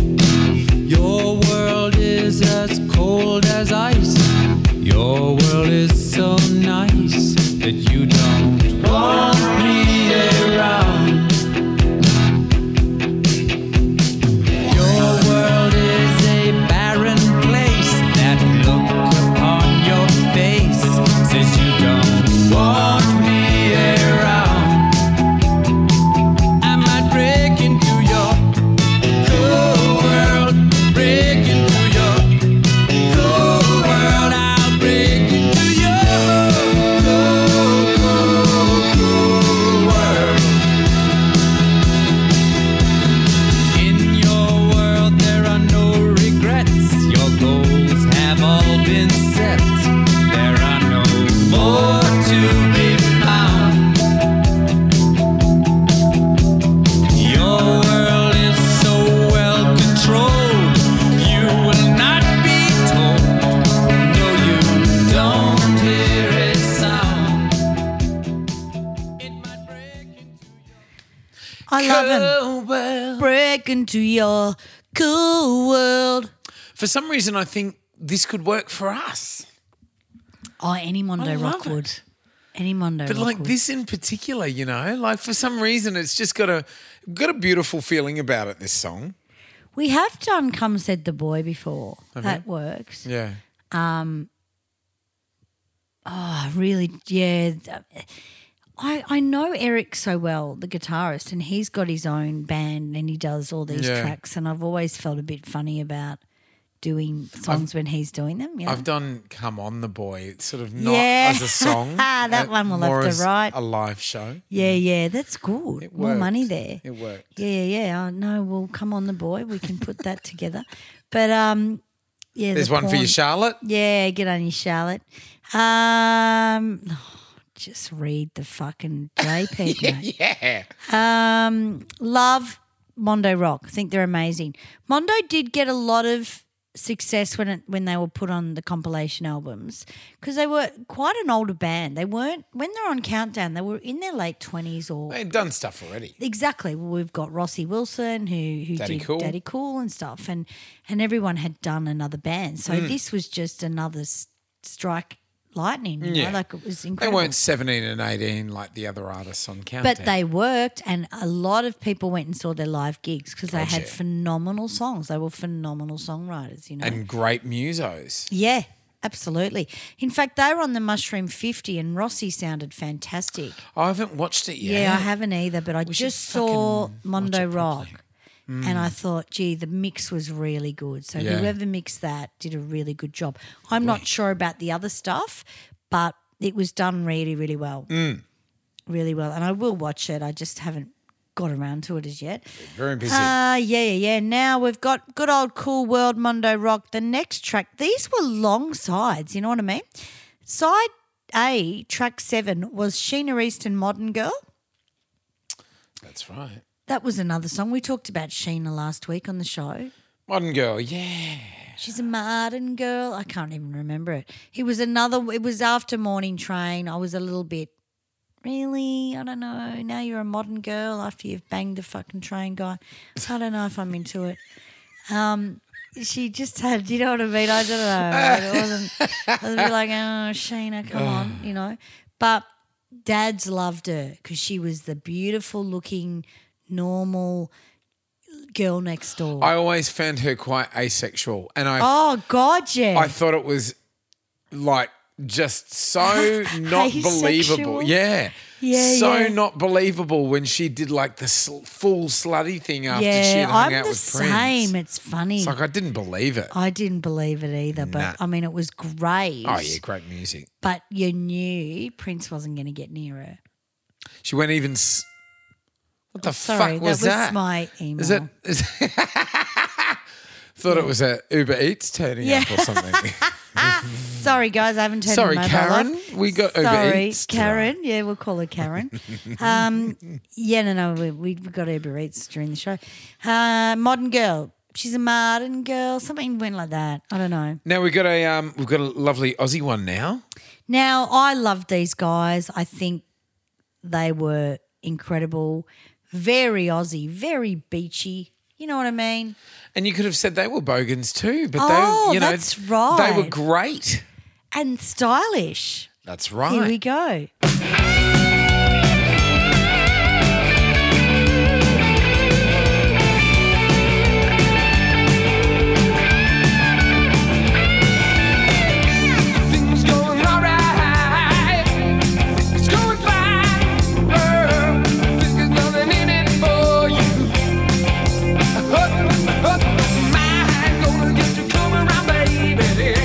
S5: Your world is as cold as ice. Your world is so nice that you don't want me around. Your world is a barren place. That look upon your face says you don't want me around. I might break into your Cool world, break into your cool world. I'll break into your cool, cool, cool world. In your world, there are no regrets. Your goals have all been set. There are no more to be found. Your world is so well controlled. You will not be told. No, you don't hear a sound. It might break into your
S1: I love them.
S3: well.
S1: Break into your cool world.
S3: For some reason, I think this could work for us.
S1: Oh, any Mondo
S3: I love
S1: Rock would.
S3: it.
S1: Any Mondo
S3: But
S1: Rock
S3: like
S1: would.
S3: this in particular, you know, like for some reason, it's just got a got a beautiful feeling about it. This song,
S1: we have done "Come Said the Boy" before. That works.
S3: yeah.
S1: Oh, really yeah th- I, I know Eric so well, the guitarist, and he's got his own band and he does all these
S3: Yeah.
S1: tracks. And I've always felt a bit funny about doing songs when he's doing them. Yeah,
S3: I've done "Come On the Boy." It's sort of not
S1: Yeah.
S3: as a song.
S1: *laughs* Ah, that
S3: uh,
S1: one we'll have
S3: more
S1: to
S3: as
S1: write.
S3: A live show.
S1: yeah, yeah. That's good.
S3: It
S1: More money
S3: worked.
S1: there.
S3: It worked.
S1: Yeah, yeah, yeah. I know. Well, come on, the boy. We can put that together. But um, yeah.
S3: There's
S1: the
S3: one for you,
S1: porn-
S3: Charlotte.
S1: Yeah, get on you, Charlotte. Um, *sighs* just read the fucking
S3: *laughs*
S1: JPEG. mate.
S3: Yeah.
S1: Um, love Mondo Rock. I think they're amazing. Mondo did get a lot of success when it, when they were put on the compilation albums because they were quite an older band. They weren't when they're on Countdown. They were in their late twenties or
S3: They've done stuff already.
S1: Exactly. Well, we've got Rossi Wilson who who
S3: Daddy
S1: did
S3: Cool.
S1: Daddy Cool and stuff,
S3: Hmm.
S1: and and everyone had done another band, so this was just another s- strike lightning. You
S3: Yeah.
S1: know, like it was
S3: They
S1: incredible.
S3: weren't 17 and 18 like the other artists on Countdown.
S1: but they worked, and a lot of people went and saw their live gigs because they had
S3: Gotcha.
S1: phenomenal songs. They were phenomenal songwriters, you know.
S3: and great musos.
S1: yeah, absolutely. In fact, they were on the Mushroom 50, and Rossi sounded fantastic.
S3: I haven't watched it
S1: Yeah,
S3: yet.
S1: I haven't either, but I
S3: should
S1: just saw
S3: fucking
S1: Mondo
S3: watch it
S1: Rock.
S3: properly. Hmm.
S1: And I thought, gee, the mix was really good. So
S3: Yeah.
S1: whoever mixed that did a really good job. I'm not sure about the other stuff, but it was done really, really well.
S3: Mm.
S1: Really well. And I will watch it. I just haven't got around to it as yet.
S3: Very busy.
S1: Uh, yeah, yeah, yeah. Now we've got good old Cool World Mondo Rock. The next track, these were long sides, you know what I mean? Side A, track seven, was Sheena Easton Modern Girl.
S3: That's right.
S1: That was another song. We talked about Sheena last week on the show.
S3: Modern Girl, yeah.
S1: She's a modern girl. I can't even remember it. It was another, it was after Morning Train. I was a little bit, really? I don't know. Now you're a modern girl after you've banged the fucking train guy. I don't know if I'm into it. Um, she just had, you know what I mean? I don't know. It wasn't, I was a bit like, oh, Sheena, come
S3: *sighs*
S1: on, you know. But dad's loved her because she was the beautiful looking, normal girl next door.
S3: I always found her quite asexual. And I
S1: Oh God, yeah.
S3: I thought it was like
S1: *laughs*
S3: just so not
S1: Asexual?
S3: believable. Yeah.
S1: Yeah,
S3: so
S1: yeah.
S3: not believable when she did like the sl- full slutty thing after
S1: yeah,
S3: she hung
S1: I'm
S3: out
S1: the
S3: with
S1: same.
S3: Prince.
S1: It's funny.
S3: It's like I didn't believe it.
S1: I didn't believe it either, but
S3: Nah.
S1: I mean, it was great.
S3: Oh yeah, great music.
S1: But you knew Prince wasn't going to get near her.
S3: She went even. S- what the
S1: Sorry,
S3: fuck was
S1: that was
S3: that?
S1: my email.
S3: Is it? Is *laughs* thought it was a Uber Eats turning up or
S1: *laughs*
S3: something.
S1: Sorry, guys, I haven't turned
S3: Sorry,
S1: my mobile
S3: Karen.
S1: off.
S3: We got Uber
S1: Sorry,
S3: Eats today.
S1: Karen. Yeah, we'll call her
S3: *laughs*
S1: Karen. um, yeah, no, no, we, we got Uber Eats during the show. Uh, modern girl. She's a modern girl. Something went like that. I don't know.
S3: now we got a um, we've got a lovely Aussie one now.
S1: Now, I loved these guys. I think they were incredible, very Aussie, very beachy. You know what I mean?
S3: And you could have said they were bogans too, but
S1: Oh,
S3: they, you know,
S1: that's
S3: They were
S1: right.
S3: great.
S1: And stylish.
S3: That's
S1: Here we
S3: right.
S1: go.
S4: Things going alright. It's going fine. Girl, think there's nothing in it for you. Up, up, mind. Gonna get you come around, baby.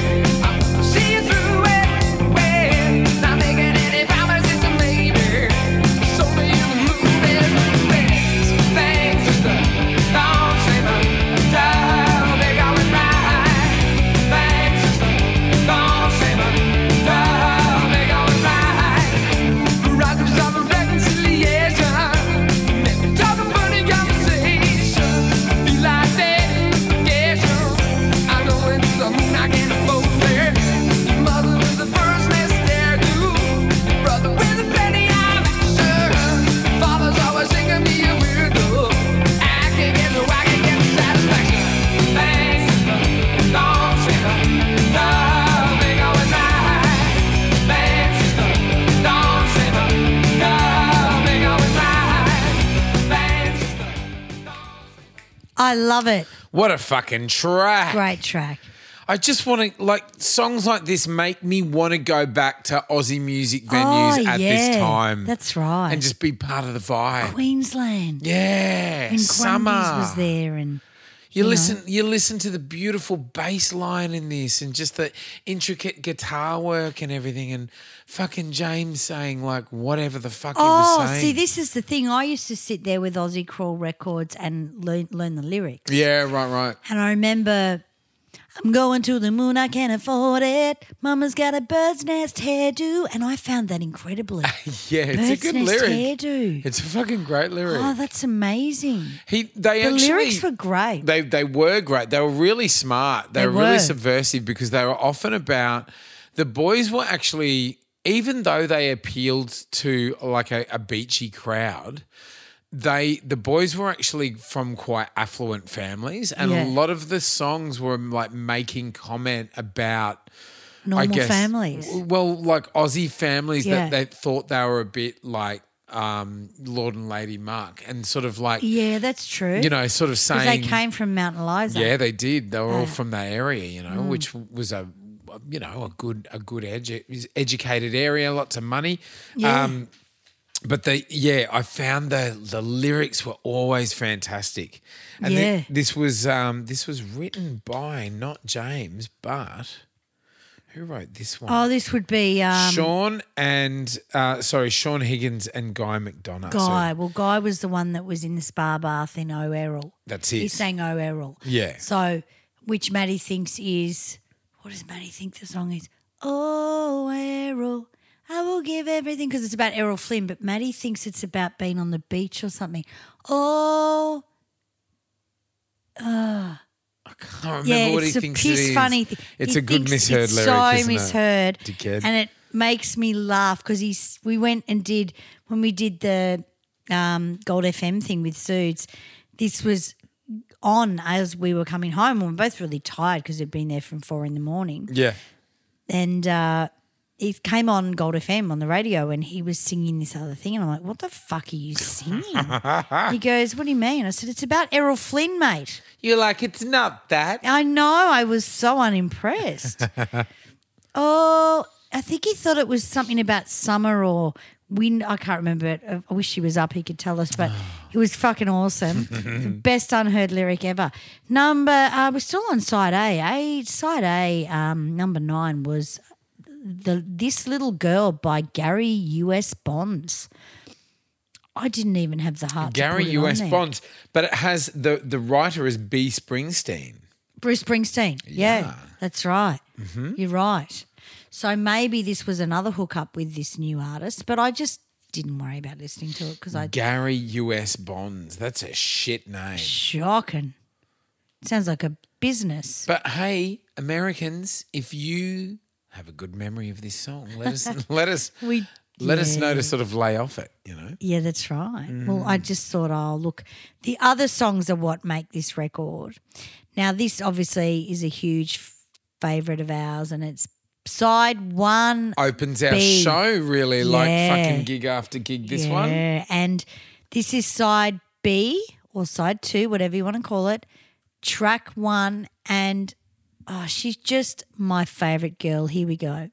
S4: I'll see you through it. When not making any promises to maybe. So many moving things. Things just don't seem to tell me going right. Things just don't seem to tell me going right. Rockers of a reconciliation. Make me talk a funny conversation. Feel like identification. I know it's something I can't afford it. Your mother was the first less there do. Your brother with a plenty of action. Father's always thinking me a weirdo. I can't get no, I can't get no satisfaction. Thanks, don't say Love ain't always right. Bad sister, don't save her. Love ain't always right. Bad sister.
S1: I love it.
S3: What a fucking track.
S1: Great track.
S3: I just want to like songs like this make me want to go back to Aussie music venues
S1: Oh,
S3: at this
S1: yeah.
S3: time.
S1: That's right.
S3: And just be part of the vibe.
S1: Queensland.
S3: Yeah,
S1: and
S3: summer.
S1: Grundy's was there and
S3: You listen. You listen to the beautiful bass line in this, and just the intricate guitar work and everything, and fucking James saying like whatever the fuck he
S1: Oh,
S3: was saying.
S1: see, this is the thing. I used to sit there with Aussie Crawl Records and learn, learn the lyrics.
S3: Yeah, right, right.
S1: And I remember, I'm going to the moon, I can't afford it. Mama's got a bird's nest hairdo. And I found that incredibly.
S3: Yeah, *laughs* it's
S1: bird's
S3: a good
S1: nest
S3: lyric.
S1: hairdo.
S3: It's a fucking great lyric.
S1: oh, that's amazing.
S3: he,
S1: The
S3: they actually,
S1: lyrics were great.
S3: They they were great. They were really smart. They,
S1: They
S3: were, really
S1: were.
S3: subversive because they were often about the boys were actually even though they appealed to like a, a beachy crowd, they the boys were actually from quite affluent families and
S1: Yeah.
S3: a lot of the songs were like making comment about
S1: normal
S3: I guess,
S1: families.
S3: w- Well, like Aussie families
S1: Yeah.
S3: that they thought they were a bit like um, Lord and Lady Mark, and sort of like
S1: yeah, that's true.
S3: you know, sort of
S1: 'Cause
S3: saying
S1: they came from Mm. Mount Eliza.
S3: Yeah, they did. They were
S1: Yeah.
S3: all from that area, you know, which was a you know a good a good edu- educated area, lots of money. Um,
S1: Yeah.
S3: but they yeah, I found the the lyrics were always fantastic. And thi-
S1: Yeah.
S3: this was um this was written by not James, but who wrote this one?
S1: Oh, this would be um,
S3: Sean and uh, sorry, Sean Higgins and Guy McDonough. So
S1: Guy. Well, Guy was the one that was in the spa bath in O'Errol.
S3: that's
S1: He
S3: it.
S1: sang O'Errol.
S3: Yeah.
S1: So, which Maddie thinks is, what does Maddie think the song is? Oh, Errol, I will give everything, because it's about Errol Flynn, but Maddie thinks it's about being on the beach or something. Oh,
S3: I can't remember
S1: yeah,
S3: what
S1: it's
S3: he
S1: a
S3: thinks it
S1: piss
S3: is.
S1: funny thing.
S3: It's
S1: He
S3: a good
S1: thinks
S3: misheard
S1: it's
S3: lyric,
S1: so
S3: isn't it?
S1: misheard.
S3: Dickhead.
S1: And it makes me laugh because he's. We went and did when we did the um, Gold FM thing with Suits. This was on as we were coming home. We were both really tired because we'd been there from four in the morning,
S3: Yeah.
S1: and uh, it came on Gold FM on the radio, and he was singing this other thing, and I'm like, "What the fuck are you
S3: *laughs*
S1: singing?" he goes, "What do you mean?" I said, "It's about Errol Flynn, mate."
S3: You're like, it's not that.
S1: I know. I was so
S3: *laughs*
S1: unimpressed. oh, I think he thought it was something about summer or wind. I can't remember it. I wish he was up. He could tell us,
S3: *sighs*
S1: but it was fucking awesome. the
S3: *laughs*
S1: best unheard lyric ever. Number, uh, we're still on side A. A side A, um, number nine was the This Little Girl by Gary U.S. Bonds. I didn't even have the heart. to
S3: Gary
S1: put it on
S3: US
S1: there.
S3: Bonds, but it has the the writer is B Springsteen.
S1: Bruce Springsteen. Yeah, that's right. You're right. So maybe this was another hookup with this new artist, but I just didn't worry about listening to it because I
S3: Gary US Bonds. That's a shit name.
S1: shocking. Sounds like a business.
S3: But hey, Americans, if you have a good memory of this song, let us *laughs* let us
S1: We-
S3: let us know to sort of lay off it, you know.
S1: Yeah, that's right. Well, I just thought, oh, look, the other songs are what make this record. Now, this obviously is a huge f- favourite of ours, and it's side one
S3: Opens our
S1: B.
S3: show really like
S1: Yeah.
S3: fucking gig after gig this one.
S1: Yeah, and this is side B or side two, whatever you want to call it. Track one, and oh, she's just my favorite girl. Here we go.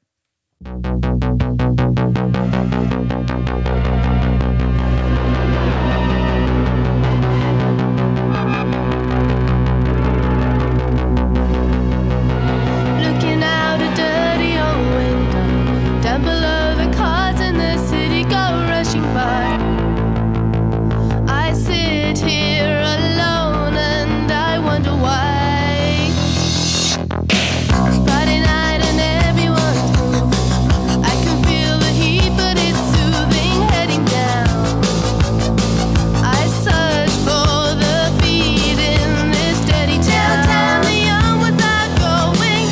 S6: Looking out a dirty old window. Down below the cars in the city go rushing by. I sit here alone and I wonder why. Friday night and everyone's moving. I can feel the heat, but it's soothing heading down. I search for the beat in this dirty town. Downtown Leon without going.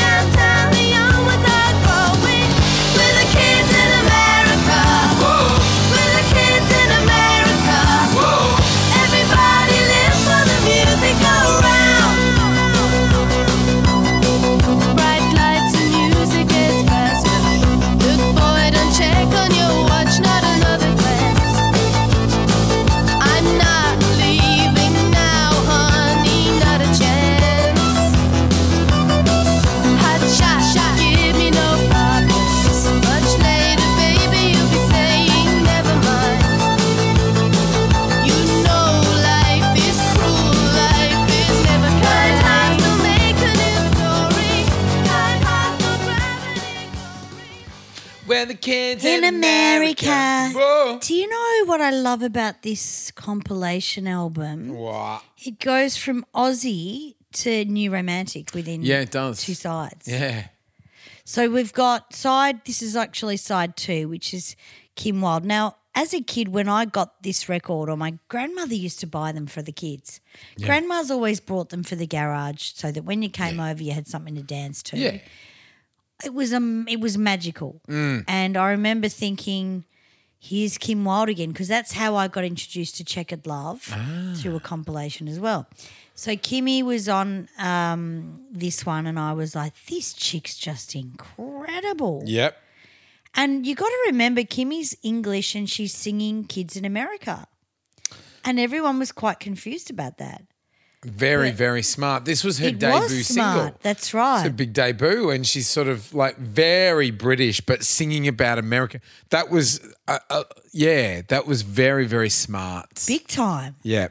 S6: Downtown Leon without going. We're the kids in America. We're the kids in America. Everybody live for the music around. Bright lights and music gets faster. Look, boy, don't check on your watch, not another glance. I'm not leaving now, honey, not a chance. Hot shot, shot, give me no problems. Much later, baby, you'll be saying never mind. You know life is cruel, life is never kind. Kind to make a new story. Kind hearts will grab
S3: When the kids
S1: In America.
S3: Whoa.
S1: Do you know what I love about this compilation album?
S3: Wah.
S1: It goes from Aussie to New Romantic within
S3: Yeah, it does.
S1: two sides.
S3: Yeah.
S1: So we've got side, this is actually side two, which is Kim Wilde. Now, as a kid, when I got this record, or my grandmother used to buy them for the kids. Grandma's always brought them for the garage so that when you came over, you had something to dance to.
S3: Yeah. Mm.
S1: It was um, it was magical, and I remember thinking, here's Kim Wilde again, because that's how I got introduced to Checkered Love
S3: Ah.
S1: through a compilation as well. So Kimmy was on um, this one, and I was like, this chick's just incredible.
S3: Yep.
S1: And you got to remember, Kimmy's English and she's singing Kids in America. And everyone was quite confused about that.
S3: Very, very smart. This was her
S1: it
S3: debut
S1: was smart.
S3: single.
S1: That's
S3: It's
S1: right.
S3: a big debut, and she's sort of like very British, but singing about America. That was, uh, uh, yeah, that was very, very smart.
S1: big time.
S3: yeah.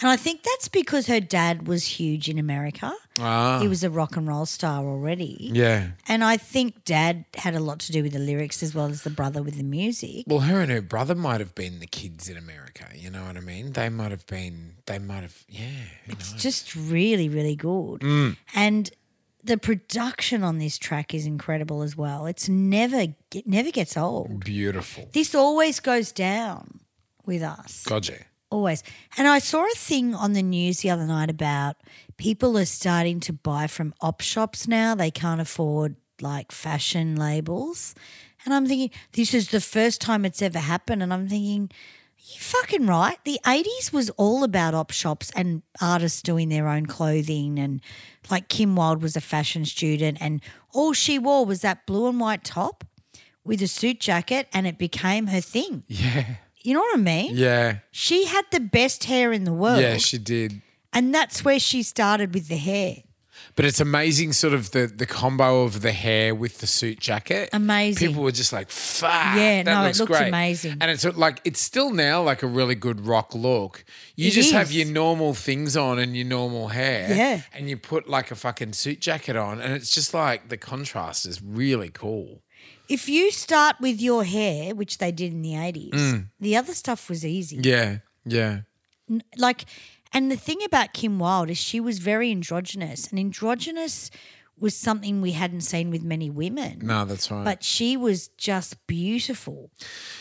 S1: And I think that's because her dad was huge in America.
S3: Ah.
S1: He was a rock and roll star already.
S3: Yeah.
S1: And I think dad had a lot to do with the lyrics as well as the brother with the music.
S3: Well, her and her brother might have been the kids in America. You know what I mean? They might have been. They might have. Yeah. who
S1: It's
S3: knows?
S1: just really, really good.
S3: Mm.
S1: And the production on this track is incredible as well. It's never it never gets old.
S3: beautiful.
S1: This always goes down with us.
S3: Gotcha.
S1: Always. And I saw a thing on the news the other night about people are starting to buy from op shops now. They can't afford like fashion labels. And I'm thinking, this is the first time it's ever happened. And I'm thinking, you fucking right. The 80s was all about op shops and artists doing their own clothing. And like Kim Wilde was a fashion student, and all she wore was that blue and white top with a suit jacket, and it became her thing. Yeah. You know what I mean?
S3: Yeah.
S1: She had the best hair in the world.
S3: Yeah, she did.
S1: and that's where she started with the hair.
S3: But it's amazing, sort of the the combo of the hair with the suit jacket.
S1: Amazing.
S3: People were just like, "Fuck,
S1: Yeah,
S3: that
S1: no, it
S3: looks
S1: looks
S3: great.
S1: amazing.
S3: And it's like it's still now like a really good rock look. You
S1: It
S3: just have
S1: is.
S3: your normal things on and your normal hair,
S1: Yeah.
S3: and you put like a fucking suit jacket on, and it's just like the contrast is really cool.
S1: If you start with your hair, which they did in the 80s, the other stuff was easy.
S3: Mm. Yeah, yeah,
S1: Like, and the thing about Kim Wilde is she was very androgynous, and androgynous was something we hadn't seen with many women.
S3: no, that's right.
S1: But she was just beautiful.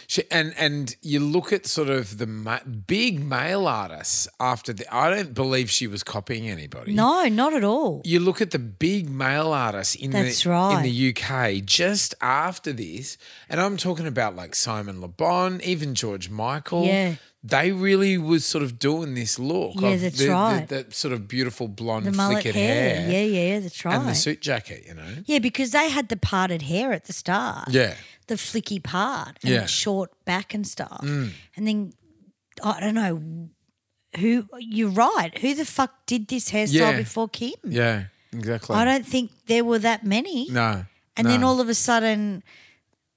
S3: She, and and you look at sort of the ma- big male artists after the. I don't believe she was copying anybody.
S1: No, not at all.
S3: you look at the big male artists in
S1: That's
S3: the
S1: right.
S3: in the UK just after this, and I'm talking about like Simon Le Bon, even George Michael.
S1: Yeah.
S3: They really was sort of doing this look.
S1: Yeah,
S3: of
S1: that's
S3: the,
S1: right.
S3: The, the sort of beautiful blonde
S1: The mullet
S3: flickered
S1: hair.
S3: hair,
S1: Yeah, yeah, yeah, that's right.
S3: and the suit jacket. You know,
S1: Yeah, because they had the parted hair at the start.
S3: Yeah.
S1: The flicky part and
S3: Yeah. Mm.
S1: short back and stuff. And then I don't know who you're right. Who the fuck did this hairstyle
S3: Yeah.
S1: before Kim?
S3: yeah, exactly.
S1: I don't think there were that many.
S3: No,
S1: And then
S3: no.
S1: all of a sudden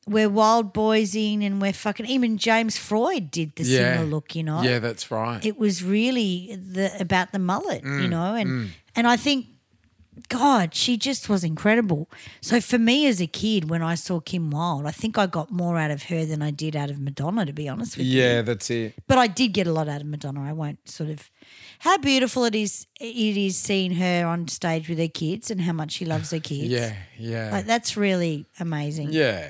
S1: we're wild boys in and we're fucking even James Freud did the
S3: yeah.
S1: similar look, you know
S3: Yeah, that's right.
S1: it was really the about the mullet,
S3: Mm,
S1: you know, and and I think God, she just was incredible. So for me as a kid, when I saw Kim Wilde, I think I got more out of her than I did out of Madonna, to be honest with you.
S3: yeah, that's it.
S1: But I did get a lot out of Madonna. I won't sort of how beautiful it is it is seeing her on stage with her kids and how much she loves her kids.
S3: Yeah, yeah,
S1: Like that's really amazing.
S3: yeah.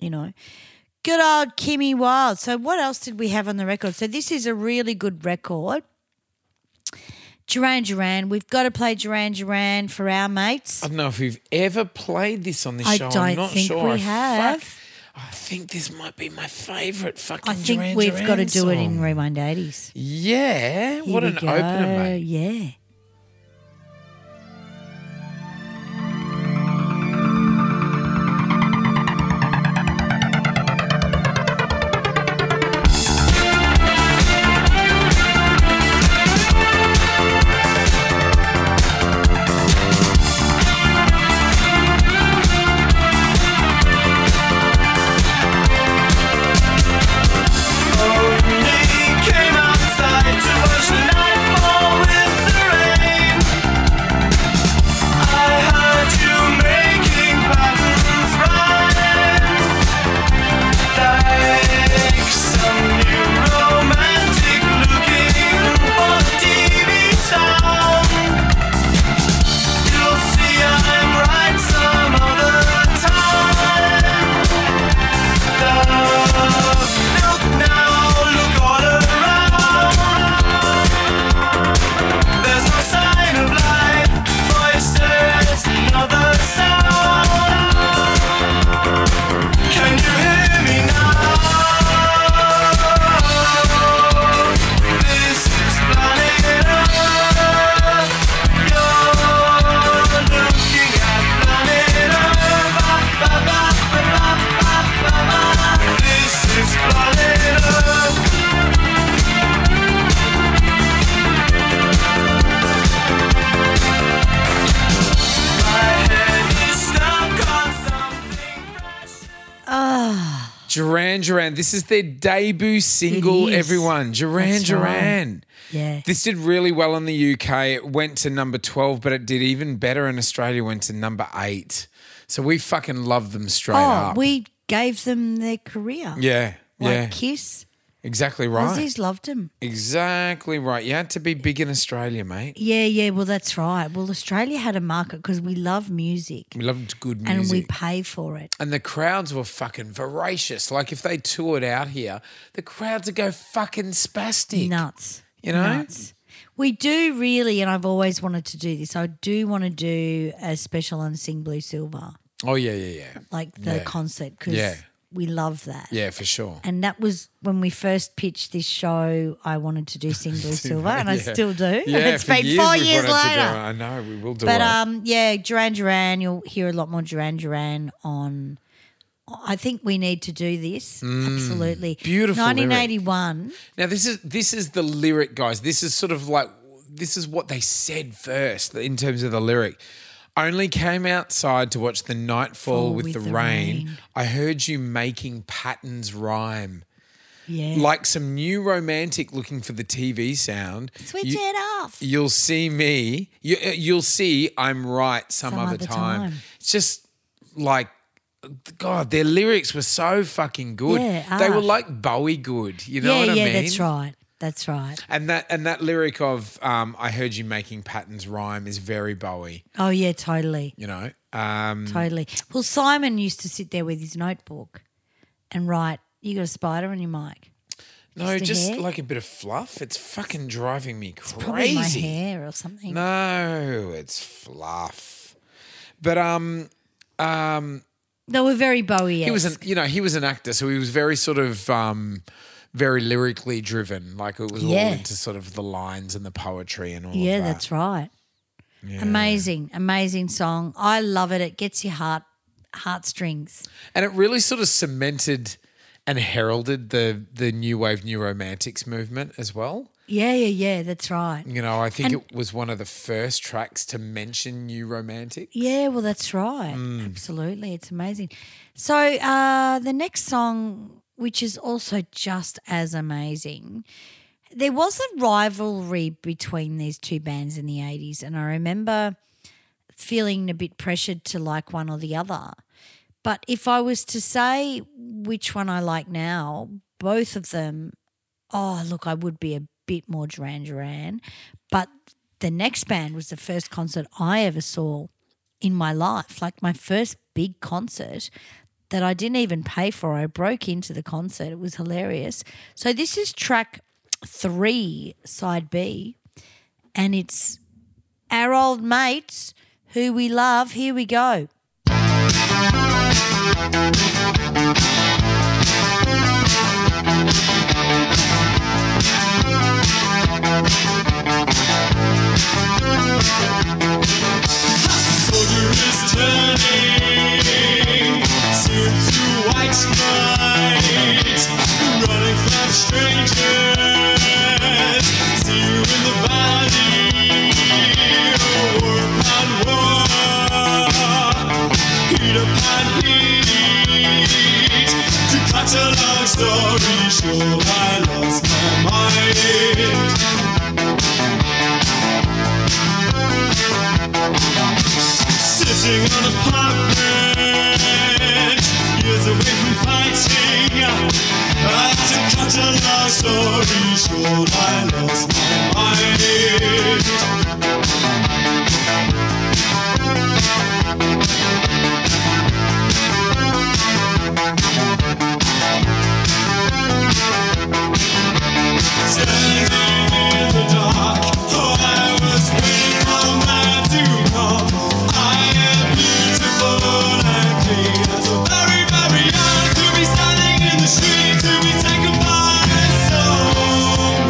S1: You know. Good old Kimmy Wilde. So what else did we have on the record? So this is a really good record. Duran Duran. We've got to play Duran Duran for our mates.
S3: I don't know if we've ever played this on this
S1: I
S3: show.
S1: don't
S3: I'm not
S1: think
S3: sure.
S1: we
S3: I fuck-
S1: have.
S3: I think this might be my favourite fucking.
S1: I think
S3: Duran
S1: we've
S3: Duran
S1: got to do it in
S3: song.
S1: Rewind 80s.
S3: Yeah,
S1: Here
S3: what
S1: we
S3: an
S1: go.
S3: opener, mate.
S1: Yeah.
S7: They came outside to watch the nightfall with their
S3: Duran Duran. This is their debut single,
S1: is.
S3: everyone. Duran
S1: That's right.
S3: Duran.
S1: Yeah.
S3: This did really well in the UK. It went to number 12, but it did even better in Australia, went to number eight. So we fucking love them straight
S1: oh,
S3: up.
S1: we gave them their career.
S3: yeah.
S1: Like
S3: yeah.
S1: Kiss.
S3: Exactly right.
S1: Aussies loved them.
S3: Exactly right. You had to be big in Australia, mate.
S1: Yeah, yeah. Well, that's right. Well, Australia had a market because we love music,
S3: We loved good music.
S1: and we pay for it.
S3: And the crowds were fucking voracious. Like if they toured out here, the crowds would go fucking spastic.
S1: Nuts.
S3: You know?
S1: Nuts. We do really, and I've always wanted to do this. I do want to do a special on Sing Blue Silver,
S3: Oh yeah, yeah, yeah.
S1: like the
S3: Yeah.
S1: concert, because
S3: Yeah.
S1: we love that.
S3: Yeah, for sure.
S1: And that was when we first pitched this show. I wanted to
S3: *laughs*
S1: do Sing Blue Silver, and I
S3: Yeah.
S1: still do. *laughs*
S3: Yeah,
S1: it's
S3: for
S1: been four
S3: we've
S1: years
S3: wanted to do it.
S1: later.
S3: I know we will do
S1: But
S3: it.
S1: um, yeah, Duran Duran. You'll hear a lot more Duran Duran on. I think we need to do this. Absolutely,
S3: Mm. Beautiful lyric.
S1: 1981.
S3: now this is this is the lyric, guys. This is sort of like this is what they said first in terms of the lyric. Only came outside to watch the nightfall
S1: Fall
S3: with, the, rain. I heard you making patterns rhyme.
S1: Yeah,
S3: Like some new romantic looking for the TV sound.
S1: switch
S3: You-
S1: it off.
S3: You'll see me. You, uh, you'll see I'm right some,
S1: Some
S3: other,
S1: other
S3: time.
S1: time.
S3: It's just like, God, their lyrics were so fucking good.
S1: Yeah,
S3: they were
S1: are.
S3: like Bowie good. You know
S1: yeah,
S3: what I
S1: yeah,
S3: mean?
S1: that's right. That's right.
S3: And that and that lyric of um, "I heard you making patterns rhyme" is very Bowie.
S1: Oh yeah, totally,
S3: You know, um,
S1: totally. Well, Simon used to sit there with his notebook and write. You got a spider on your mic.
S3: no,
S1: Just a
S3: just
S1: hair?
S3: like a bit of fluff. It's fucking driving me crazy.
S1: Probably my hair or something.
S3: No, it's fluff. But um,
S1: They were very Bowie.
S3: he was an you know he was an actor, so he was very sort of um, very lyrically driven. Like it was all
S1: Yeah.
S3: into sort of the lines and the poetry and all.
S1: Yeah,
S3: of that.
S1: that's right. Amazing, amazing song. I love it. It gets your heart heartstrings.
S3: and it really sort of cemented and heralded the the new wave new romantics movement as well.
S1: Yeah, yeah, yeah. That's right.
S3: You know, I think it was one of the first tracks to mention new romantic.
S1: Yeah, well, that's right. Absolutely, it's amazing. So uh, the next song, which is also just as amazing, there was a rivalry between these two bands in the eighties, and I remember feeling a bit pressured to like one or the other. But if I was to say which one I like now, both of them, oh look, I would be a bit more Duran Duran, but. The next band was the first concert I ever saw in my life, like my first big concert that I didn't even pay for. I broke into the concert. It was hilarious. So this is track three, side B, and it's our old mates who we love. Here we go.
S8: Soldier is turning, soon to white night. Running from strangers, see you in the valley. War upon war, heat upon heat. To cut a long story short, I lost my mind. Sitting on a park bench, years away from fighting. I had to cut a long story short. I lost my mind. Standing in the dark, oh, I was waiting for a man to come. I am beautiful and clean. That's so very, very hard to be standing in the street, to be taken by a soul.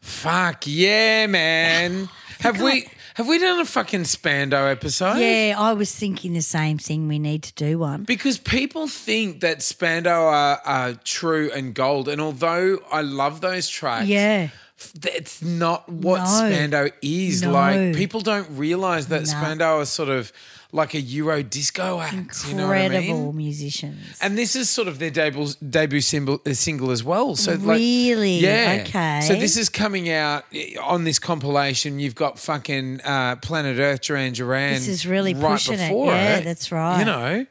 S3: Fuck yeah,
S1: *laughs*
S3: man. Have we have we done a fucking Spando episode?
S1: Yeah, I was thinking the same thing. We need to do one.
S3: Because people think that Spando are, are true and gold, and although I love those tracks,
S1: Yeah.
S3: f- that's not what
S1: No.
S3: Spando is.
S1: No.
S3: Like people don't realize that
S1: No.
S3: Spando are sort of like a Euro disco act. You know what I
S1: Incredible
S3: mean?
S1: musicians.
S3: And this is sort of their debut debut single, uh, single as well. So like,
S1: Really?
S3: yeah.
S1: Okay.
S3: So this is coming out eh, on this compilation. You've got fucking uh, Planet Earth, Duran Duran.
S1: This is really
S3: right
S1: pushing it.
S3: before
S1: Yeah, that's right.
S3: You know,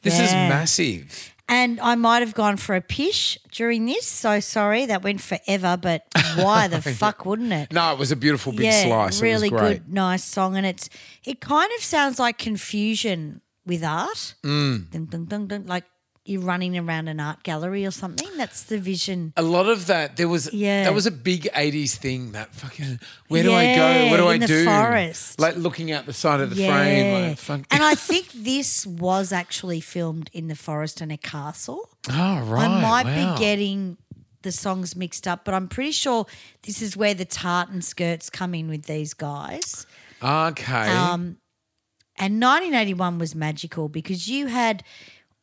S3: this is
S1: Yeah.
S3: massive.
S1: And I might have gone for a pish during this. So sorry, that went forever,
S3: *laughs*
S1: but why the fuck wouldn't it?
S3: No, it was a beautiful big
S1: yeah,
S3: slice.
S1: really
S3: it was great.
S1: good, nice song, and it's it kind of sounds like confusion with art.
S3: Mm.
S1: Dun, dun, dun, dun, like you're running around an art gallery or something. That's the vision.
S3: A lot of that there was
S1: Yeah.
S3: that was a big '80s thing. That fucking where do I
S1: Yeah,
S3: go? What do I
S1: in the
S3: do?
S1: forest.
S3: Like looking out the side of Oh, the frame. Like, fuck. *laughs*
S1: and I think this was actually filmed in the forest and a castle.
S3: oh right,
S1: I might
S3: wow.
S1: be getting the songs mixed up, but I'm pretty sure this is where the tartan skirts come in with these guys.
S3: okay.
S1: Um, and 1981 was magical because you had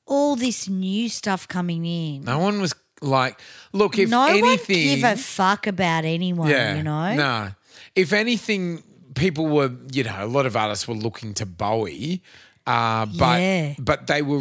S1: all this new stuff coming in.
S3: No one was like, look, if
S1: no
S3: anything,
S1: one give a fuck about anyone,
S3: yeah,
S1: you know.
S3: nah. If anything, people were, you know, a lot of artists were looking to Bowie. Uh, but
S1: Yeah.
S3: but they were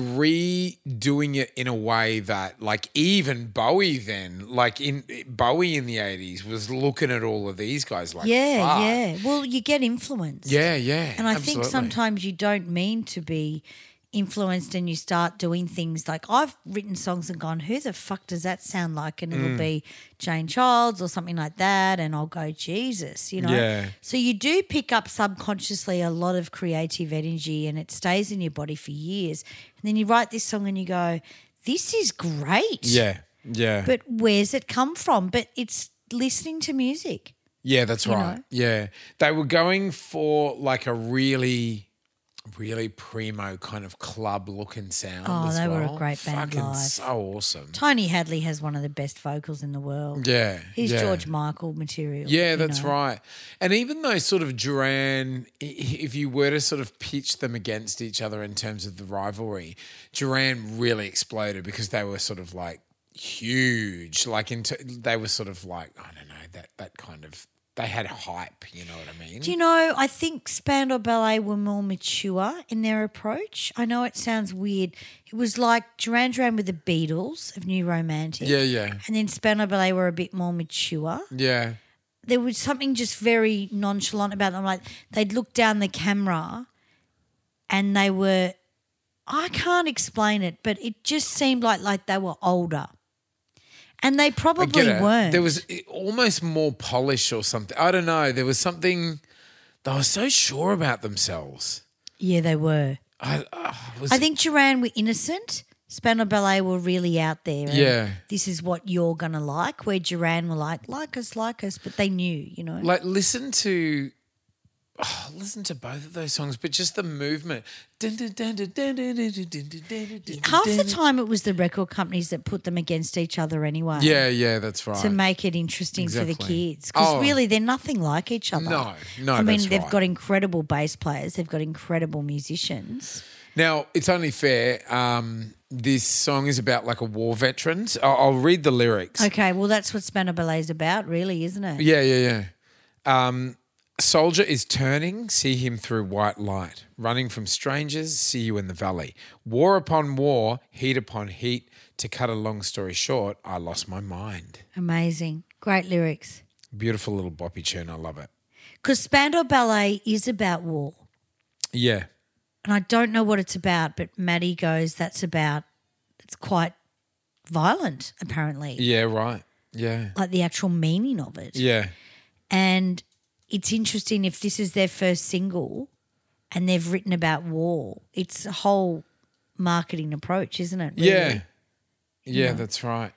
S3: redoing it in a way that like even Bowie then like in Bowie in the eighties was looking at all of these guys like
S1: Yeah,
S3: fuck.
S1: yeah. Well, you get influenced.
S3: yeah yeah
S1: And I think
S3: absolutely.
S1: sometimes you don't mean to be influenced and you start doing things like I've written songs and gone, who the fuck does that sound like? And
S3: Mm.
S1: it'll be Jane Childs or something like that. And I'll go, Jesus, you know?
S3: Yeah.
S1: So you do pick up subconsciously a lot of creative energy and it stays in your body for years. And then you write this song and you go, this is great.
S3: yeah yeah
S1: But where's it come from? But it's listening to music.
S3: Yeah, that's right.
S1: know?
S3: Yeah. They were going for like a really, really primo kind of club looking sound.
S1: Oh,
S3: as
S1: they were a
S3: well.
S1: great band
S3: Fucking
S1: live.
S3: so awesome.
S1: Tony Hadley has one of the best vocals in the world.
S3: Yeah.
S1: He's
S3: yeah.
S1: George Michael material.
S3: Yeah,
S1: you
S3: that's
S1: know.
S3: right. And even though sort of Duran, i- if you were to sort of pitch them against each other in terms of the rivalry, Duran really exploded because they were sort of like huge. Like into, they were sort of like I don't know that that kind of they had hype. You know what I mean?
S1: Do you know, I think Spandau Ballet were more mature in their approach. I know it sounds weird. It was like Duran Duran with the Beatles of New Romantic.
S3: yeah, yeah,
S1: And then Spandau Ballet were a bit more mature.
S3: yeah.
S1: There was something just very nonchalant about them. Like they'd look down the camera and they were, I can't explain it, but it just seemed like, like they were older. And they
S3: I
S1: probably
S3: get it.
S1: weren't.
S3: There was i- almost more polish or something. I don't know. There was something they were so sure about themselves.
S1: yeah, they were.
S3: I, ah, was,
S1: I think Duran were innocent. Spandau Ballet were really out there. and
S3: Yeah.
S1: This is what you're going to like, where Duran were like, like us, like us, but they knew, you know.
S3: like listen to oh, listen to both of those songs, but just the movement. Half
S1: Half the
S3: the
S1: time it was the record companies that put them against each other anyway.
S3: Yeah, yeah, that's right.
S1: To make it interesting for the
S3: Exactly.
S1: kids. Because
S3: Oh.
S1: really, they're nothing like each other.
S3: No, no,
S1: I mean,
S3: that's
S1: they've
S3: right.
S1: got incredible bass players, they've got incredible musicians.
S3: Now, it's only fair. Um, this song is about like a war veteran. So I'll, I'll read the lyrics.
S1: Okay, well, that's what Spandau Ballet's about, really, isn't it?
S3: Yeah, yeah, yeah. Um, soldier is turning, see him through white light. Running from strangers, see you in the valley. War upon war, heat upon heat. To cut a long story short, I lost my mind.
S1: Amazing. Great lyrics.
S3: Beautiful little boppy tune. I love it.
S1: Because Spandau Ballet is about war.
S3: Yeah.
S1: and I don't know what it's about, but Maddie goes, that's about, it's quite violent, apparently,
S3: Yeah, right. Yeah.
S1: like the actual meaning of it.
S3: Yeah.
S1: And it's interesting if this is their first single and they've written about war, it's a whole marketing approach, isn't it? really?
S3: Yeah. Yeah, that's right.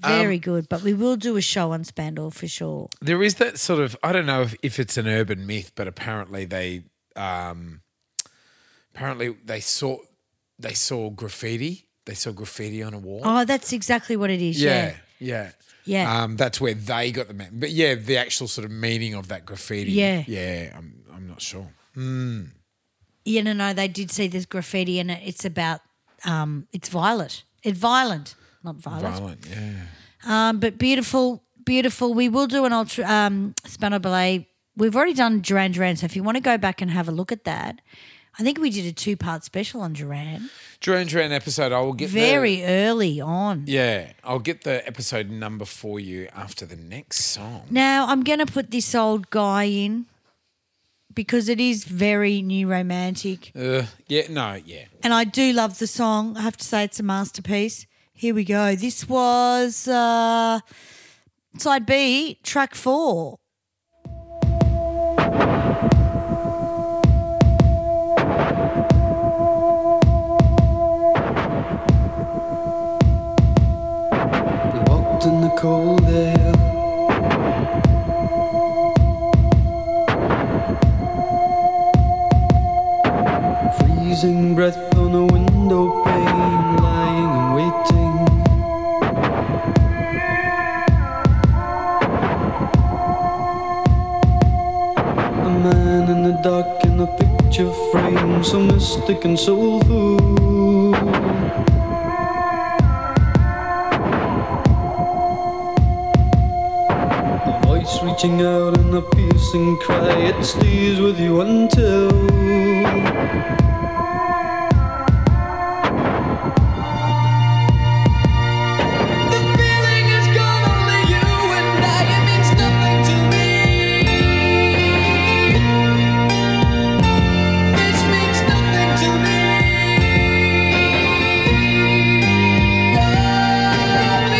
S1: Very good. But we will do a show on Spandau for sure.
S3: There is that sort of I don't know if, if it's an urban myth, but apparently they um apparently they saw they saw graffiti. They saw graffiti on a wall.
S1: Oh, that's exactly what it is. Yeah.
S3: Yeah. Yeah.
S1: Oh, Yeah.
S3: Um, that's where they got the man. But yeah, the actual sort of meaning of that graffiti.
S1: Yeah.
S3: Yeah, I'm, I'm not sure.
S1: Yeah, no, no, they did see this graffiti and it. it's about, um, it's violent. It's violent, not violent.
S3: Violent, yeah.
S1: Um, but beautiful, beautiful. We will do an ultra um, Spano Ballet. We've already done Duran Duran. So if you want to go back and have a look at that, I think we did a two part special on Duran
S3: Duran Duran episode, I will get the-
S1: very early on.
S3: yeah, I'll get the episode number for you after the next song.
S1: Now I'm going to put this old guy in because it is very new romantic.
S3: Uh, yeah, no, yeah.
S1: And I do love the song. I have to say it's a masterpiece. Here we go. This was uh, side B, track four.
S9: We walked in the cold air. Freezing breath on a window pane, lying and waiting. A man in the dark in a picture frame, so mystic and soulful. A voice reaching out in a piercing cry, it stays with you until.
S6: The feeling is gone, only you and I. It means nothing to me. This means nothing to me. Only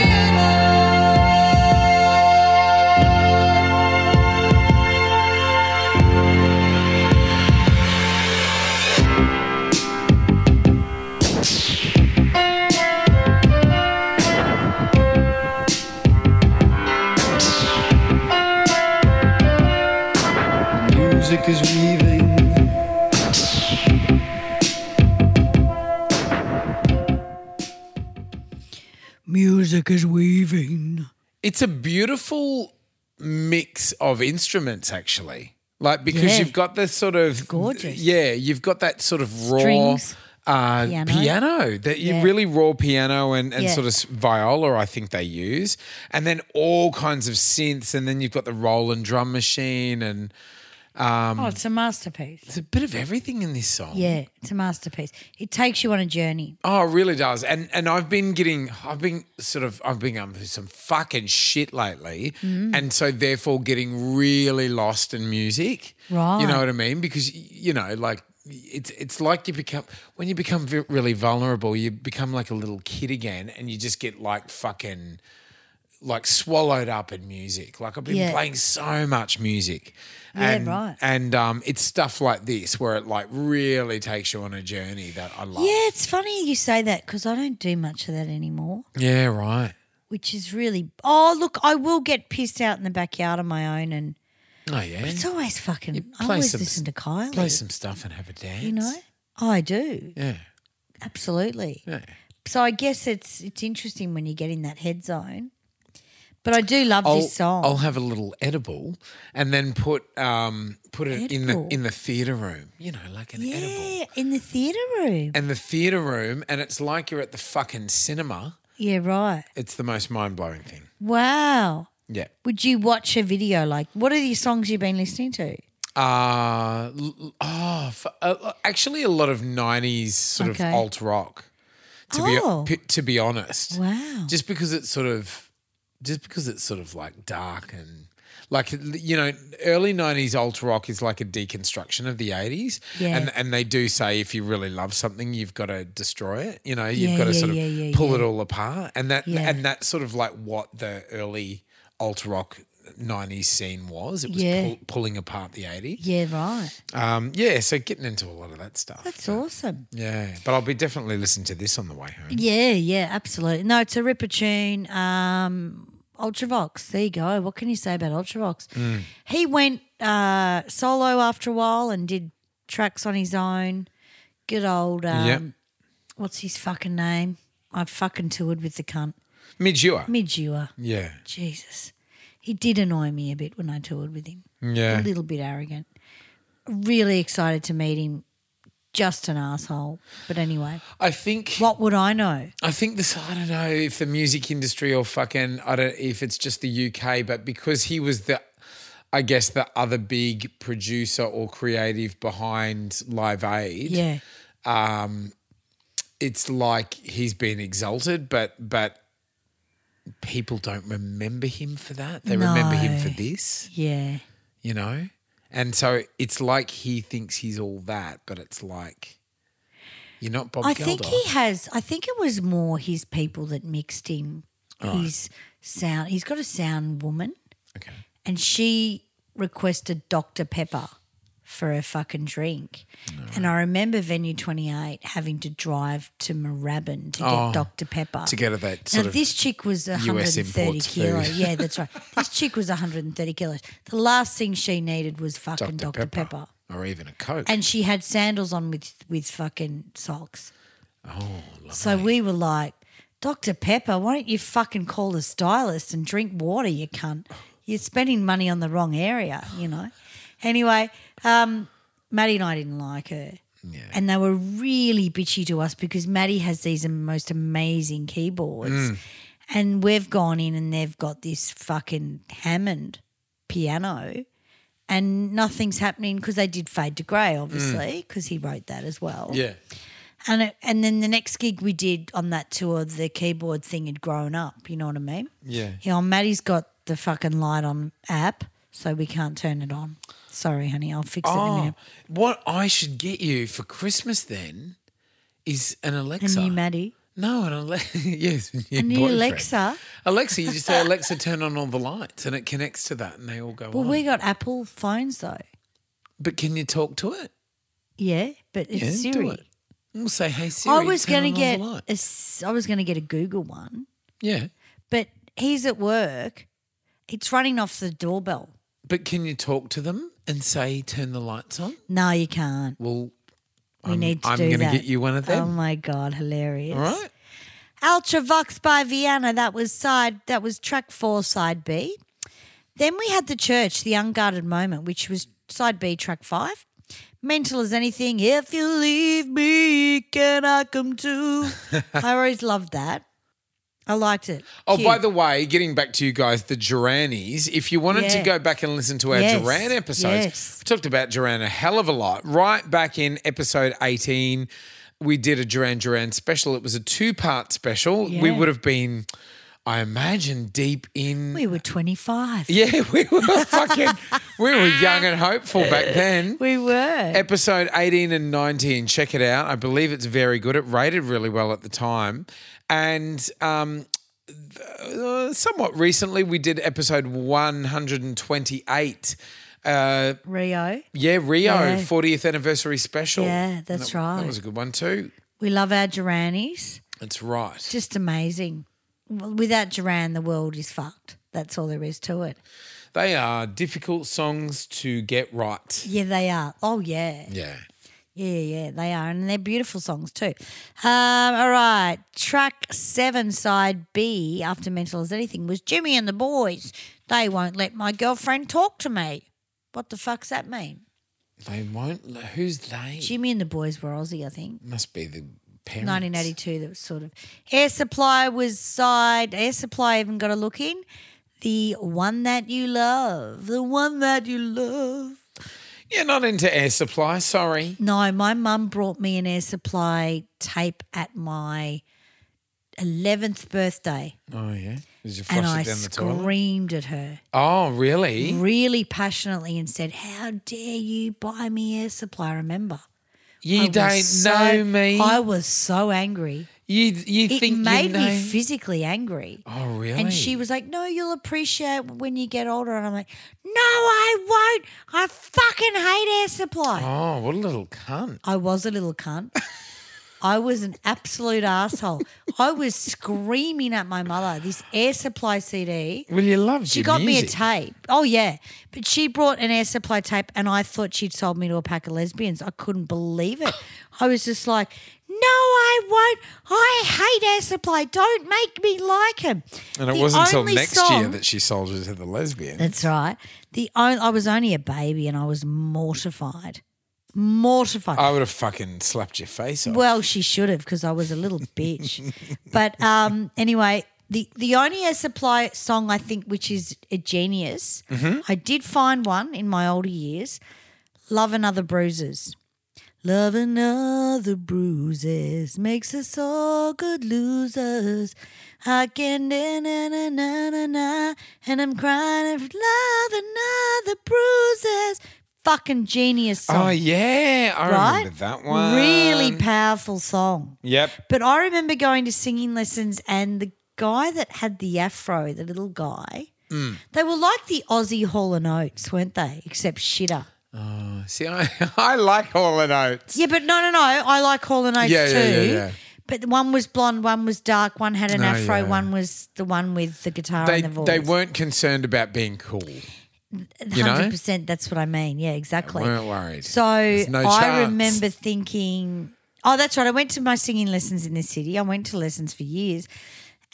S9: Music is weaving.
S1: Music is weaving.
S3: It's a beautiful mix of instruments, actually. Like because
S1: Yeah.
S3: you've got this sort of
S1: gorgeous.
S3: Yeah, you've got that sort of raw
S1: Strings.
S3: uh,
S1: Piano.
S3: piano. that you
S1: Yeah.
S3: really raw piano and, and
S1: Yeah.
S3: sort of s- viola, I think they use, and then all kinds of synths, and then you've got the Roland drum machine, and
S1: Oh, it's a masterpiece.
S3: it's a bit of everything in this song.
S1: Yeah, it's a masterpiece. It takes you on a journey.
S3: Oh, it really does. And and I've been getting I've been sort of I've been going through some fucking shit lately.
S1: Mm.
S3: And so therefore getting really lost in music. You
S1: Right.
S3: know what I mean? Because y- you know, like it's it's like you become when you become ve- really vulnerable, you become like a little kid again and you just get like fucking like swallowed up in music. Like I've been
S1: Yeah.
S3: playing so much music.
S1: Yeah,
S3: and,
S1: right.
S3: And um, it's stuff like this where it like really takes you on a journey that I love.
S1: Yeah, it's funny you say that because I don't do much of that anymore,
S3: Yeah, right.
S1: which is really. Oh, look, I will get pissed out in the backyard on my own, and
S3: Oh yeah.
S1: it's always fucking. I
S3: play
S1: always
S3: some-
S1: listen to Kylie.
S3: Play some stuff and have a dance.
S1: you know, I do
S3: Yeah.
S1: absolutely.
S3: Yeah.
S1: So I guess it's it's interesting when you get in that head zone. But I do love
S3: I'll,
S1: this song.
S3: I'll have a little edible and then put um put it in the
S1: Edible?
S3: in the theater room. You know, like an
S1: yeah,
S3: edible.
S1: in the theatre room.
S3: And the theater room, and it's like you're at the fucking cinema.
S1: Yeah, right.
S3: It's the most mind blowing thing.
S1: Wow.
S3: Yeah.
S1: Would you watch a video like what are the songs you've been listening to?
S3: Uh l- l- oh, f- uh, actually, a lot of '90s sort
S1: Okay.
S3: of alt rock. To
S1: Oh.
S3: be p- to be honest,
S1: Wow.
S3: just because it's sort of just because it's sort of like dark and like you know early 90s alt rock is like a deconstruction of the 80s
S1: Yeah.
S3: and and they do say if you really love something you've got to destroy it you know you've
S1: Yeah,
S3: got to
S1: yeah,
S3: sort of
S1: yeah, yeah,
S3: pull
S1: yeah.
S3: it all apart and that
S1: Yeah.
S3: and that's sort of like what the early alt rock 90s scene was it was
S1: Yeah.
S3: pull, pulling apart the 80s
S1: Yeah, right.
S3: um yeah so getting into a lot of that stuff
S1: That's awesome.
S3: yeah but i'll be definitely listening to this on the way home
S1: Yeah, yeah, absolutely. No, it's a ripper tune. Um, Ultravox. There you go. What can you say about Ultravox? He went uh, solo after a while and did tracks on his own. Good old. Um,
S3: Yeah.
S1: What's his fucking name? I fucking toured with the cunt.
S3: Mid year.
S1: Midua.
S3: Yeah.
S1: Jesus. He did annoy me a bit when I toured with him.
S3: Yeah.
S1: A little bit arrogant. Really excited to meet him. Just an asshole. But anyway,
S3: I think
S1: what would I know?
S3: I think this I don't know if the music industry or fucking I don't if it's just the UK, but because he was the I guess the other big producer or creative behind Live Aid.
S1: Yeah.
S3: It's like he's been exalted, but but people don't remember him for that. They remember him for
S1: No.
S3: this,
S1: Yeah.
S3: you know? And so it's like he thinks he's all that, but it's like you're not Bob
S1: I
S3: Geldof.
S1: think he has. I think it was more his people that mixed him. His sound. He's got a sound woman,
S3: okay.
S1: and she requested Dr Pepper for her fucking drink. And I remember Venue Twenty Eight having to drive to Moorabbin to get
S3: Oh,
S1: Dr Pepper
S3: to get her that
S1: now
S3: sort of
S1: this chick was 130
S3: imports
S1: kilo.
S3: food.
S1: Yeah, that's right. This chick was 130 kilos. The last thing she needed was fucking Dr, Pepper.
S3: Or even a Coke.
S1: and she had sandals on with with fucking socks. Oh, so we were like, Dr. Pepper, why don't you fucking call the stylist and drink water, you cunt? You're spending money on the wrong area, you know. Anyway, um, Maddie and I didn't like her. And they were really bitchy to us because Maddie has these most amazing keyboards.
S3: Mm.
S1: And we've gone in and they've got this fucking Hammond piano and nothing's happening because they did Fade to Grey, obviously, because he wrote that as well.
S3: Mm. yeah.
S1: And it, and then the next gig we did on that tour, the keyboard thing had grown up. You know what I mean?
S3: Yeah.
S1: Yeah. well, Maddie's got the fucking light on app, so we can't turn it on. Sorry, honey, I'll fix it in a
S3: Oh,
S1: minute.
S3: what I should get you for Christmas then is an
S1: And
S3: Alexa.
S1: you, Maddie,
S3: no, an Alexa. *laughs* yes, your
S1: a new
S3: boyfriend.
S1: Alexa.
S3: Alexa, you
S1: *laughs*
S3: just say Alexa, turn on all the lights, and it connects to that, and they all go
S1: Well,
S3: on.
S1: we got Apple phones though.
S3: but can you talk to it?
S1: Yeah, but it's
S3: Yeah,
S1: Siri.
S3: do it. We'll say, "Hey Siri."
S1: I was
S3: turn
S1: gonna
S3: on all
S1: get
S3: the
S1: a,
S3: lights."
S1: s- I was gonna get a Google one.
S3: Yeah,
S1: but he's at work. It's running off the doorbell.
S3: but can you talk to them and say, "Turn the lights on"?
S1: No, you can't.
S3: Well,
S1: We
S3: I'm,
S1: need to
S3: I'm
S1: do
S3: gonna
S1: that.
S3: get you one of
S1: Oh
S3: them.
S1: my god, hilarious!
S3: all right.
S1: Ultravox by Vienna. That was side. That was track four, side B. Then we had the church, the unguarded moment, which was side B, track five. Mental as anything. If you leave me, can I come
S3: *laughs*
S1: too? I always loved that. I liked it.
S3: Oh,
S1: Cute.
S3: by the way, getting back to you guys, the Duranis, if you wanted to
S1: Yeah.
S3: go back and listen to our
S1: Yes,
S3: Duran episodes,
S1: yes.
S3: we talked about Duran a hell of a lot. Right back in episode 18, we did a Duran Duran special. It was a two part special. We
S1: Yeah.
S3: would have been, I imagine, deep in.
S1: we were twenty five.
S3: *laughs* yeah, we were fucking, we were young and hopeful back then.
S1: We were.
S3: Episode 18 and 19. Check it out. I believe it's very good. It rated really well at the time. And um, uh, somewhat recently, we did episode 128. Uh,
S1: Rio.
S3: yeah, Rio
S1: Yeah.
S3: 40th anniversary special.
S1: Yeah, that's
S3: That-
S1: right.
S3: That was a good one, too.
S1: We love our Duranis.
S3: That's right.
S1: Just amazing. Well, Without Duran, the world is fucked. That's all there is to it.
S3: they are difficult songs to get right.
S1: Yeah, they are. Oh, yeah.
S3: Yeah.
S1: Yeah, yeah, they are. And they're beautiful songs, too. Um, all right. Track seven, side B, after Mental as Anything, was Jimmy and the Boys. They won't let my girlfriend talk to me. What the fuck's that mean?
S3: They won't. Who's they?
S1: Jimmy and the Boys were Aussie, I think.
S3: Must be the parents.
S1: 1982 that was sort of air supply was side air supply even got a look in the one that you love the one that you love
S3: You're not into air supply. Sorry.
S1: no my mum brought me an air supply tape at my 11th birthday
S3: Oh, yeah. Did you flush
S1: and
S3: it
S1: i
S3: down the toilet?
S1: screamed at her
S3: Oh, really?
S1: really passionately and said how dare you buy me air supply I remember
S3: You
S1: I was
S3: don't
S1: so-
S3: know me.
S1: i was so angry
S3: you you
S1: it
S3: think
S1: made
S3: you know?
S1: me physically angry
S3: oh, really?
S1: And she was like, "No, you'll appreciate when you get older." And I'm like, "No, I won't. I fucking hate air supply."
S3: Oh, what a little cunt.
S1: I was a little cunt. I was an absolute asshole. I was screaming at my mother this air supply CD.
S3: Well, you loved
S1: She
S3: your
S1: got me a
S3: music.
S1: tape. Oh yeah, but she brought an air supply tape, and I thought she'd sold me to a pack of lesbians. I couldn't believe it. I was just like, "No, No, I won't. I hate Air Supply. Don't make me like him.
S3: And it
S1: The
S3: wasn't until
S1: only
S3: next year
S1: song-
S3: that she soldiered to the lesbian.
S1: That's right. The only, I was only a baby and I was mortified. Mortified.
S3: I would have fucking slapped your face off.
S1: Well, she should have because I was a little bitch. but um, anyway, the the only Air Supply song I think which is a genius. I did find one in my older years. Love and Other Bruises. Love and other bruises makes us all good losers. I can na na na na na na, and I'm crying for love and other bruises. Fucking genius song
S3: oh yeah, I
S1: right?
S3: remember that one.
S1: Really powerful song.
S3: Yep.
S1: But I remember going to singing lessons and the guy that had the afro, the little guy,
S3: Mm.
S1: they were like the Aussie Hall and Oates, weren't they? Except shitter.
S3: See, I, *laughs* I like Hall and Oates.
S1: Yeah, but no, no, no. I like Hall and Oates
S3: Yeah,
S1: too.
S3: yeah, yeah, yeah.
S1: But the one was blonde, one was dark, one had an
S3: No,
S1: afro,
S3: yeah.
S1: one was the one with the guitar
S3: They
S1: and the voice.
S3: they weren't concerned about being cool. you know?
S1: hundred percent. That's what I mean. Yeah, exactly.
S3: weren't worried.
S1: So
S3: There's no
S1: I
S3: chance.
S1: remember thinking, "Oh, that's right." I went to my singing lessons in the city. I went to lessons for years,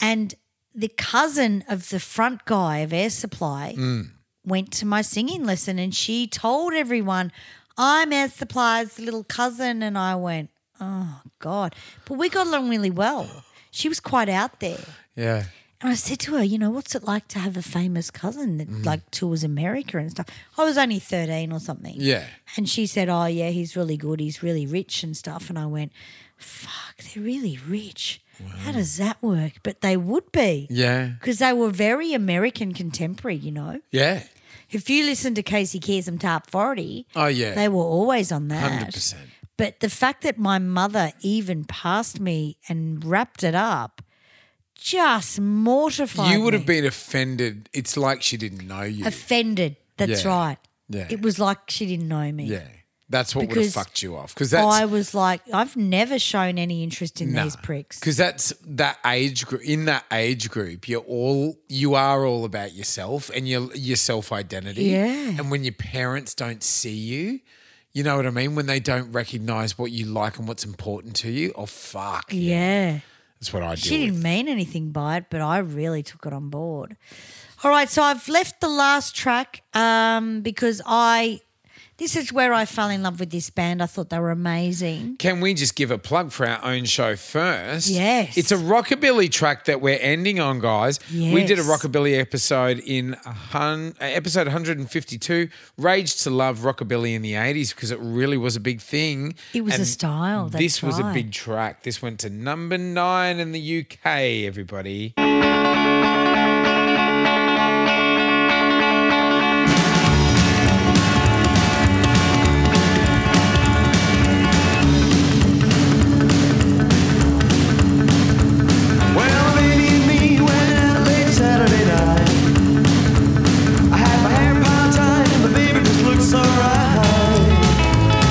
S1: and the cousin of the front guy of Air Supply
S3: Mm.
S1: went to my singing lesson, and she told everyone, "I'm Air Supply's little cousin," and I went, "Oh God!" But we got along really well. She was quite out there.
S3: Yeah.
S1: And I said to her, you know, what's it like to have a famous cousin that
S3: Mm-hmm.
S1: like tours America and stuff? I was only 13 or something.
S3: Yeah.
S1: And she said, oh, yeah, he's really good. He's really rich and stuff. And I went, fuck, they're really rich. How does that work? But they would be.
S3: Yeah.
S1: Because they were very American contemporary, you know.
S3: Yeah.
S1: If you listen to Casey Kasem Top 40,
S3: Oh yeah.
S1: they were always on that.
S3: 100%.
S1: But the fact that my mother even passed me and wrapped it up just mortified
S3: you would have
S1: me.
S3: been offended. It's like she didn't know you.
S1: offended. That's
S3: Yeah.
S1: right.
S3: Yeah.
S1: It was like she didn't know me.
S3: yeah. That's what would have
S1: Because
S3: fucked you off. Because that's
S1: I was like, I've never shown any interest in these pricks.
S3: Because that's that age group. In that age group, you're all you are all about yourself and your your self identity.
S1: Yeah.
S3: And when your parents don't see you, you know what I mean. When they don't recognize what you like and what's important to you, oh fuck,
S1: Yeah.
S3: that's what I
S1: She
S3: do.
S1: didn't mean anything by it, but I really took it on board. All right, so I've left the last track um, because I. This is where I fell in love with this band. I thought they were amazing.
S3: Can we just give a plug for our own show first?
S1: Yes.
S3: It's a rockabilly track that we're ending on, guys. We did a
S1: Yes.
S3: rockabilly episode in a hun- uh, episode 152, Rage to Love Rockabilly in the 80s, because it really was a big thing.
S1: It was a
S3: And
S1: style, that's
S3: this was a
S1: right.
S3: big track. This went to number nine in the UK, everybody.
S7: Well, they need me when out late Saturday night. I had my hair piled tight and the baby just looks so right.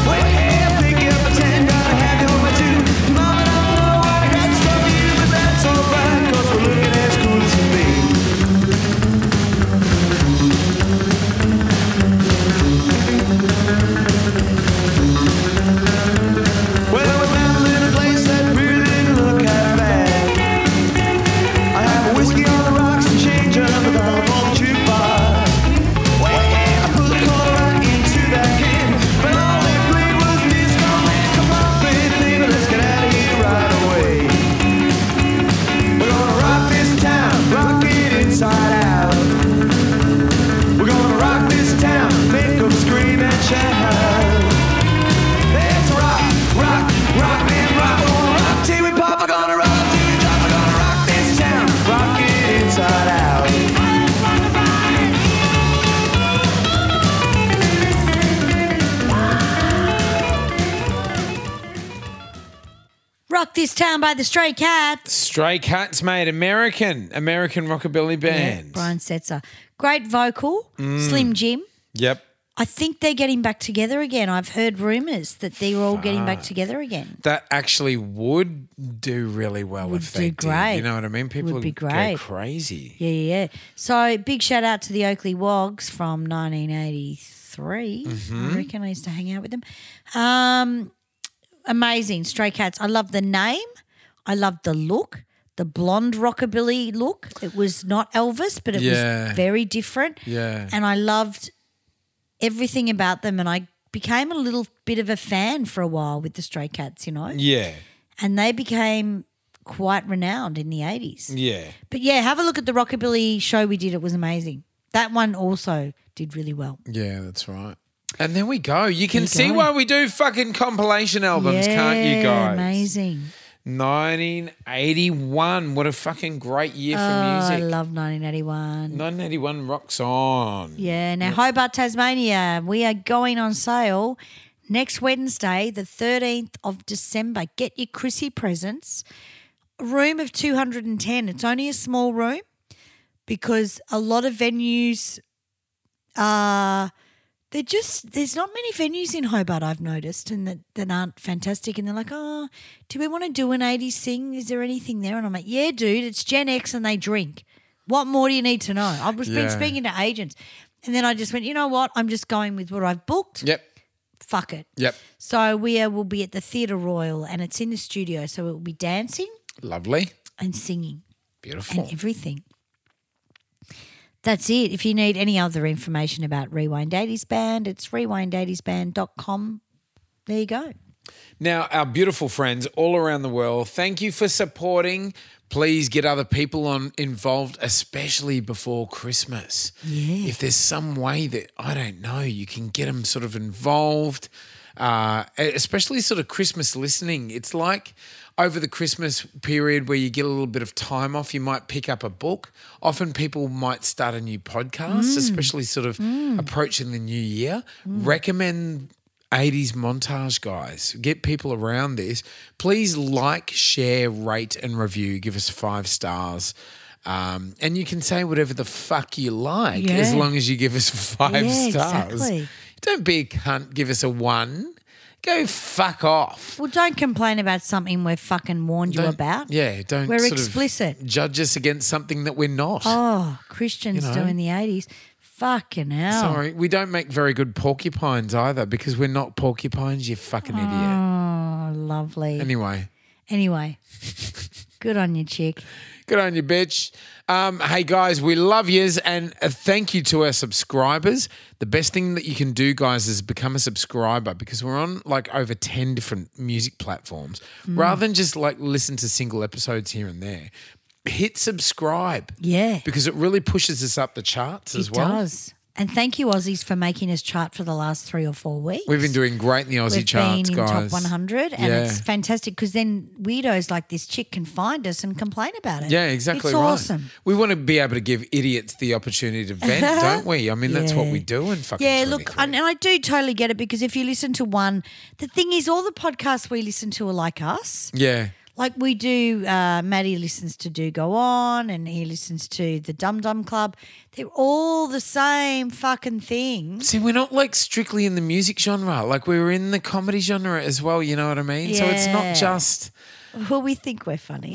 S7: Wait, hey, pick up a ten, gotta have you over too. Mom, I don't know what I got in store for you, but that's alright, cause we're looking as cool as can be. Well, we found a little place that really didn't look half bad. I have a whiskey on the rocks and change under the telephone jukebox. Well, yeah, I put the cola right into that can, but all they played was disco. Man, come on, baby, baby, let's get out of here right away. We're gonna rock this town, rock it inside out. We're gonna rock this town, make 'em scream and shout. Let's rock, rock, rock and rock. We're gonna rock till we pop. We're gonna rock till we drop. We're gonna rock this town, rock it inside out.
S1: Rock This Town by the Stray Cats.
S3: Stray Cats, made American, American rockabilly
S1: Yeah,
S3: band.
S1: Brian Setzer. Great vocal, Slim Jim.
S3: Yep.
S1: I think they're getting back together again. I've heard rumours that they were all getting back together again.
S3: That actually would do really well
S1: Would
S3: if they
S1: do
S3: did.
S1: great.
S3: You know what I mean? People
S1: Would be
S3: go
S1: great.
S3: crazy.
S1: Yeah, yeah, yeah. So big shout out to the Oakley Wogs from
S3: Mm-hmm.
S1: 1983. I reckon I used to hang out with them. Um, amazing. Stray Cats. I love the name. I love the look. The blonde rockabilly look. It was not Elvis, but it
S3: Yeah.
S1: was very different.
S3: Yeah.
S1: And I loved everything about them. And I became a little bit of a fan for a while with the Stray Cats, you know?
S3: Yeah.
S1: And they became quite renowned in the 80s.
S3: Yeah.
S1: But yeah, have a look at the rockabilly show we did. It was amazing. That one also did really well.
S3: Yeah, that's right. And there we go. You can
S1: you
S3: see
S1: go.
S3: why we do fucking compilation albums, can't you
S1: Yeah,
S3: guys?
S1: Amazing.
S3: 1981. What a fucking great year for
S1: Oh, I
S3: music.
S1: love 1981.
S3: 1981 rocks on.
S1: Yeah. Now, Hobart, Tasmania, we are going on sale next Wednesday, the 13th of December. Get your Chrissy presents. Room of 210. It's only a small room because a lot of venues are. They're just there's not many venues in Hobart I've noticed and that, that aren't fantastic and they're like, Oh, do we want to do an 80s thing? Is there anything there? And I'm like, Yeah, dude, it's Gen X and they drink. What more do you need to know? I was
S3: Yeah.
S1: been speaking to agents and then I just went, you know what? I'm just going with what I've booked.
S3: Yep.
S1: Fuck it.
S3: Yep.
S1: So we are, will be at the Theatre Royal and it's in the studio. So it will be dancing
S3: Lovely.
S1: and singing
S3: Beautiful.
S1: and everything. That's it. If you need any other information about Rewind 80s Band, it's rewind80sband.com. There you go.
S3: Now, our beautiful friends all around the world, thank you for supporting. Please get other people on involved, especially before Christmas. Yeah. If there's some way that I don't know, you can get them sort of involved, uh, especially sort of Christmas listening. It's like over the Christmas period where you get a little bit of time off, you might pick up a book. Often people might start a new podcast, especially sort of approaching the new year. Recommend 80s montage guys get people around this please like share rate and review give us five stars um, and you can say whatever the fuck you like as
S1: Yeah.
S3: long as you give us five
S1: Yeah,
S3: stars
S1: exactly.
S3: don't be a cunt give us a one go fuck off
S1: Well, don't complain about something we're fucking warned you
S3: Don't-
S1: about.
S3: yeah don't
S1: We're
S3: sort of
S1: explicit.
S3: judge us against something that we're not
S1: Oh, Christians
S3: You know.
S1: doing the 80s. Fucking hell.
S3: sorry we don't make very good porcupines either because we're not porcupines you fucking idiot
S1: Oh, lovely.
S3: anyway
S1: Anyway, good on you, chick.
S3: Good on you, bitch. Um, hey guys, we love yous and a thank you to our subscribers. The best thing that you can do, guys, is become a subscriber because we're on like over 10 different music platforms.
S1: Mm.
S3: Rather than just like listen to single episodes here and there, hit subscribe.
S1: Yeah.
S3: Because it really pushes us up the charts as
S1: it
S3: well.
S1: does. And thank you, Aussies, for making us chart for the last three or four weeks.
S3: We've been doing great in the Aussie
S1: We've
S3: charts,
S1: been in top
S3: guys.
S1: 100, and
S3: Yeah.
S1: it's fantastic because then weirdos like this chick can find us and complain about it.
S3: Yeah, exactly
S1: It's
S3: right.
S1: awesome.
S3: We want to be able to give idiots the opportunity to
S1: *laughs*
S3: vent, don't we? I mean, that's what
S1: Yeah.
S3: we do in fucking
S1: Yeah, look,
S3: 23.
S1: and, and I do totally get it because if you listen to one, the thing is, all the podcasts we listen to are like us.
S3: yeah.
S1: Like we do, uh, Maddie listens to Do Go On, and he listens to the Dum Dum Club. They're all the same fucking thing.
S3: See, we're not like strictly in the music genre. Like we were in the comedy genre as well. You know what I mean? So it's
S1: Yeah.
S3: not just.
S1: Well, we think we're funny.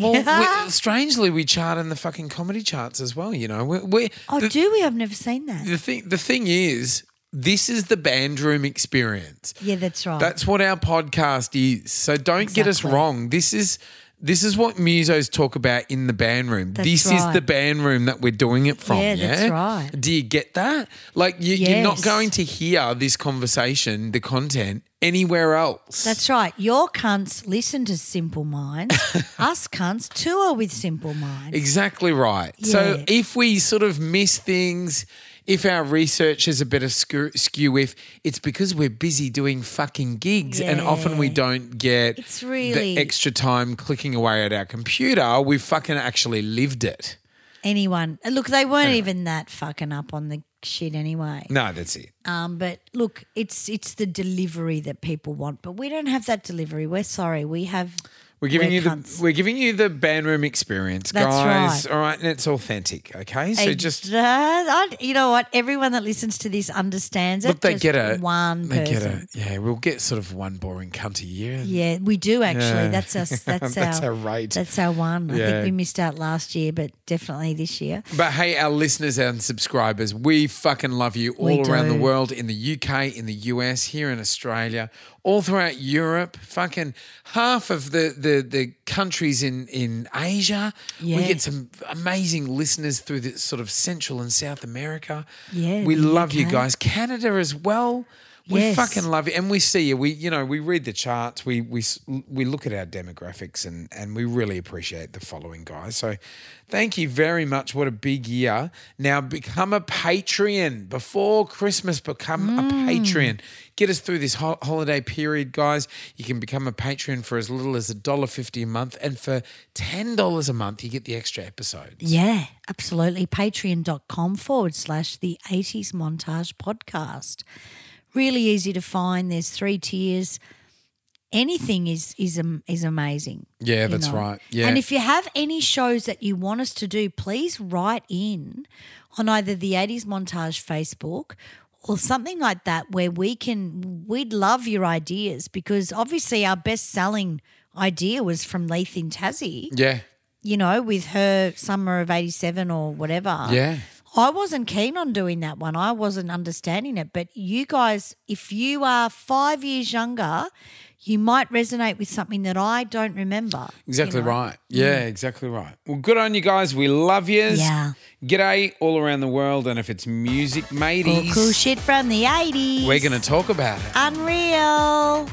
S1: *laughs*
S3: Well, we, strangely, we chart in the fucking comedy charts as well. You know, we're, we're
S1: oh,
S3: the,
S1: do we? I've never seen that.
S3: the thing. The thing is, this is the band room experience.
S1: Yeah, that's right.
S3: That's what our podcast is. So don't get us
S1: Exactly.
S3: wrong. This is this is what musos talk about in the band room.
S1: That's
S3: this is
S1: right.
S3: the band room that we're doing it from. Yeah,
S1: Yeah, that's right.
S3: Do you get that? Like you, you're not
S1: Yes.
S3: going to hear this conversation, the content anywhere else.
S1: That's right. Your cunts listen to Simple
S3: *laughs*
S1: Minds. Us cunts tour with Simple Minds.
S3: Exactly right. So
S1: Yeah.
S3: if we sort of miss things, if our research is a bit of skew, skew if, it's because we're busy doing fucking gigs and often we don't get
S1: It's really-
S3: the extra time clicking away at our computer. We fucking actually lived it.
S1: Anyone? uh, Look, they weren't even that fucking up on the shit anyway.
S3: No, that's it.
S1: Um, but look, it's it's the delivery that people want, but we don't have that delivery. We're sorry. We have
S3: We're giving
S1: We're
S3: you the
S1: cunts.
S3: we're giving you the band room experience,
S1: That's
S3: guys.
S1: right.
S3: All right, and it's authentic. Okay, so just
S1: Uh, *laughs* I- you know what? Everyone that listens to this understands it.
S3: look, they
S1: Just
S3: get it.
S1: One
S3: they
S1: person.
S3: get it. Yeah, we'll get sort of one boring cunt a year.
S1: Yeah, we do actually.
S3: Yeah.
S1: That's
S3: *laughs*
S1: us. That's,
S3: That's
S1: our,
S3: our rate.
S1: That's our one. I
S3: Yeah.
S1: think we missed out last year, but definitely this year.
S3: But hey, our listeners and subscribers, we fucking love you all
S1: We
S3: around the
S1: do.
S3: world, in the UK, in the US, here in Australia, all throughout Europe. Fucking half of the the, the countries in in Asia. We
S1: Yeah.
S3: get some amazing listeners through the sort of Central and South America.
S1: Yeah,
S3: we
S1: the
S3: love you
S1: UK.
S3: guys. Canada as well. We
S1: Yes.
S3: fucking love you, and we see you. We, you know, we read the charts. We, we, s- we look at our demographics, and and we really appreciate the following guys. So, thank you very much. What a big year! Now become a Patreon before Christmas. Become a Patreon. Get us through this ho- holiday period, guys. You can become a Patreon for as little as a dollar fifty a month, and for ten dollars a month, you get the extra episodes.
S1: Yeah, absolutely. Patreon.com forward slash the 80s montage podcast. Really easy to find. There's three tiers. Anything is is am- is amazing.
S3: Yeah,
S1: you
S3: that's
S1: know.
S3: right. Yeah.
S1: And if you have any shows that you want us to do, please write in on either the 80s montage Facebook or something like that where we can we'd love your ideas because obviously our best selling idea was from Leith in Tassie
S3: yeah,
S1: you know, with her summer of 87 or whatever.
S3: Yeah.
S1: I wasn't keen on doing that one. I wasn't understanding it. But you guys, if you are five years younger, you might resonate with something that I don't remember. you
S3: Exactly
S1: know. Mm.
S3: right. Yeah, exactly right. Well, good on you guys. We love yous.
S1: Yeah.
S3: G'day all around the world. And if it's music, mateys,
S1: All cool shit from the 80s.
S3: we're going to talk about it.
S1: Unreal.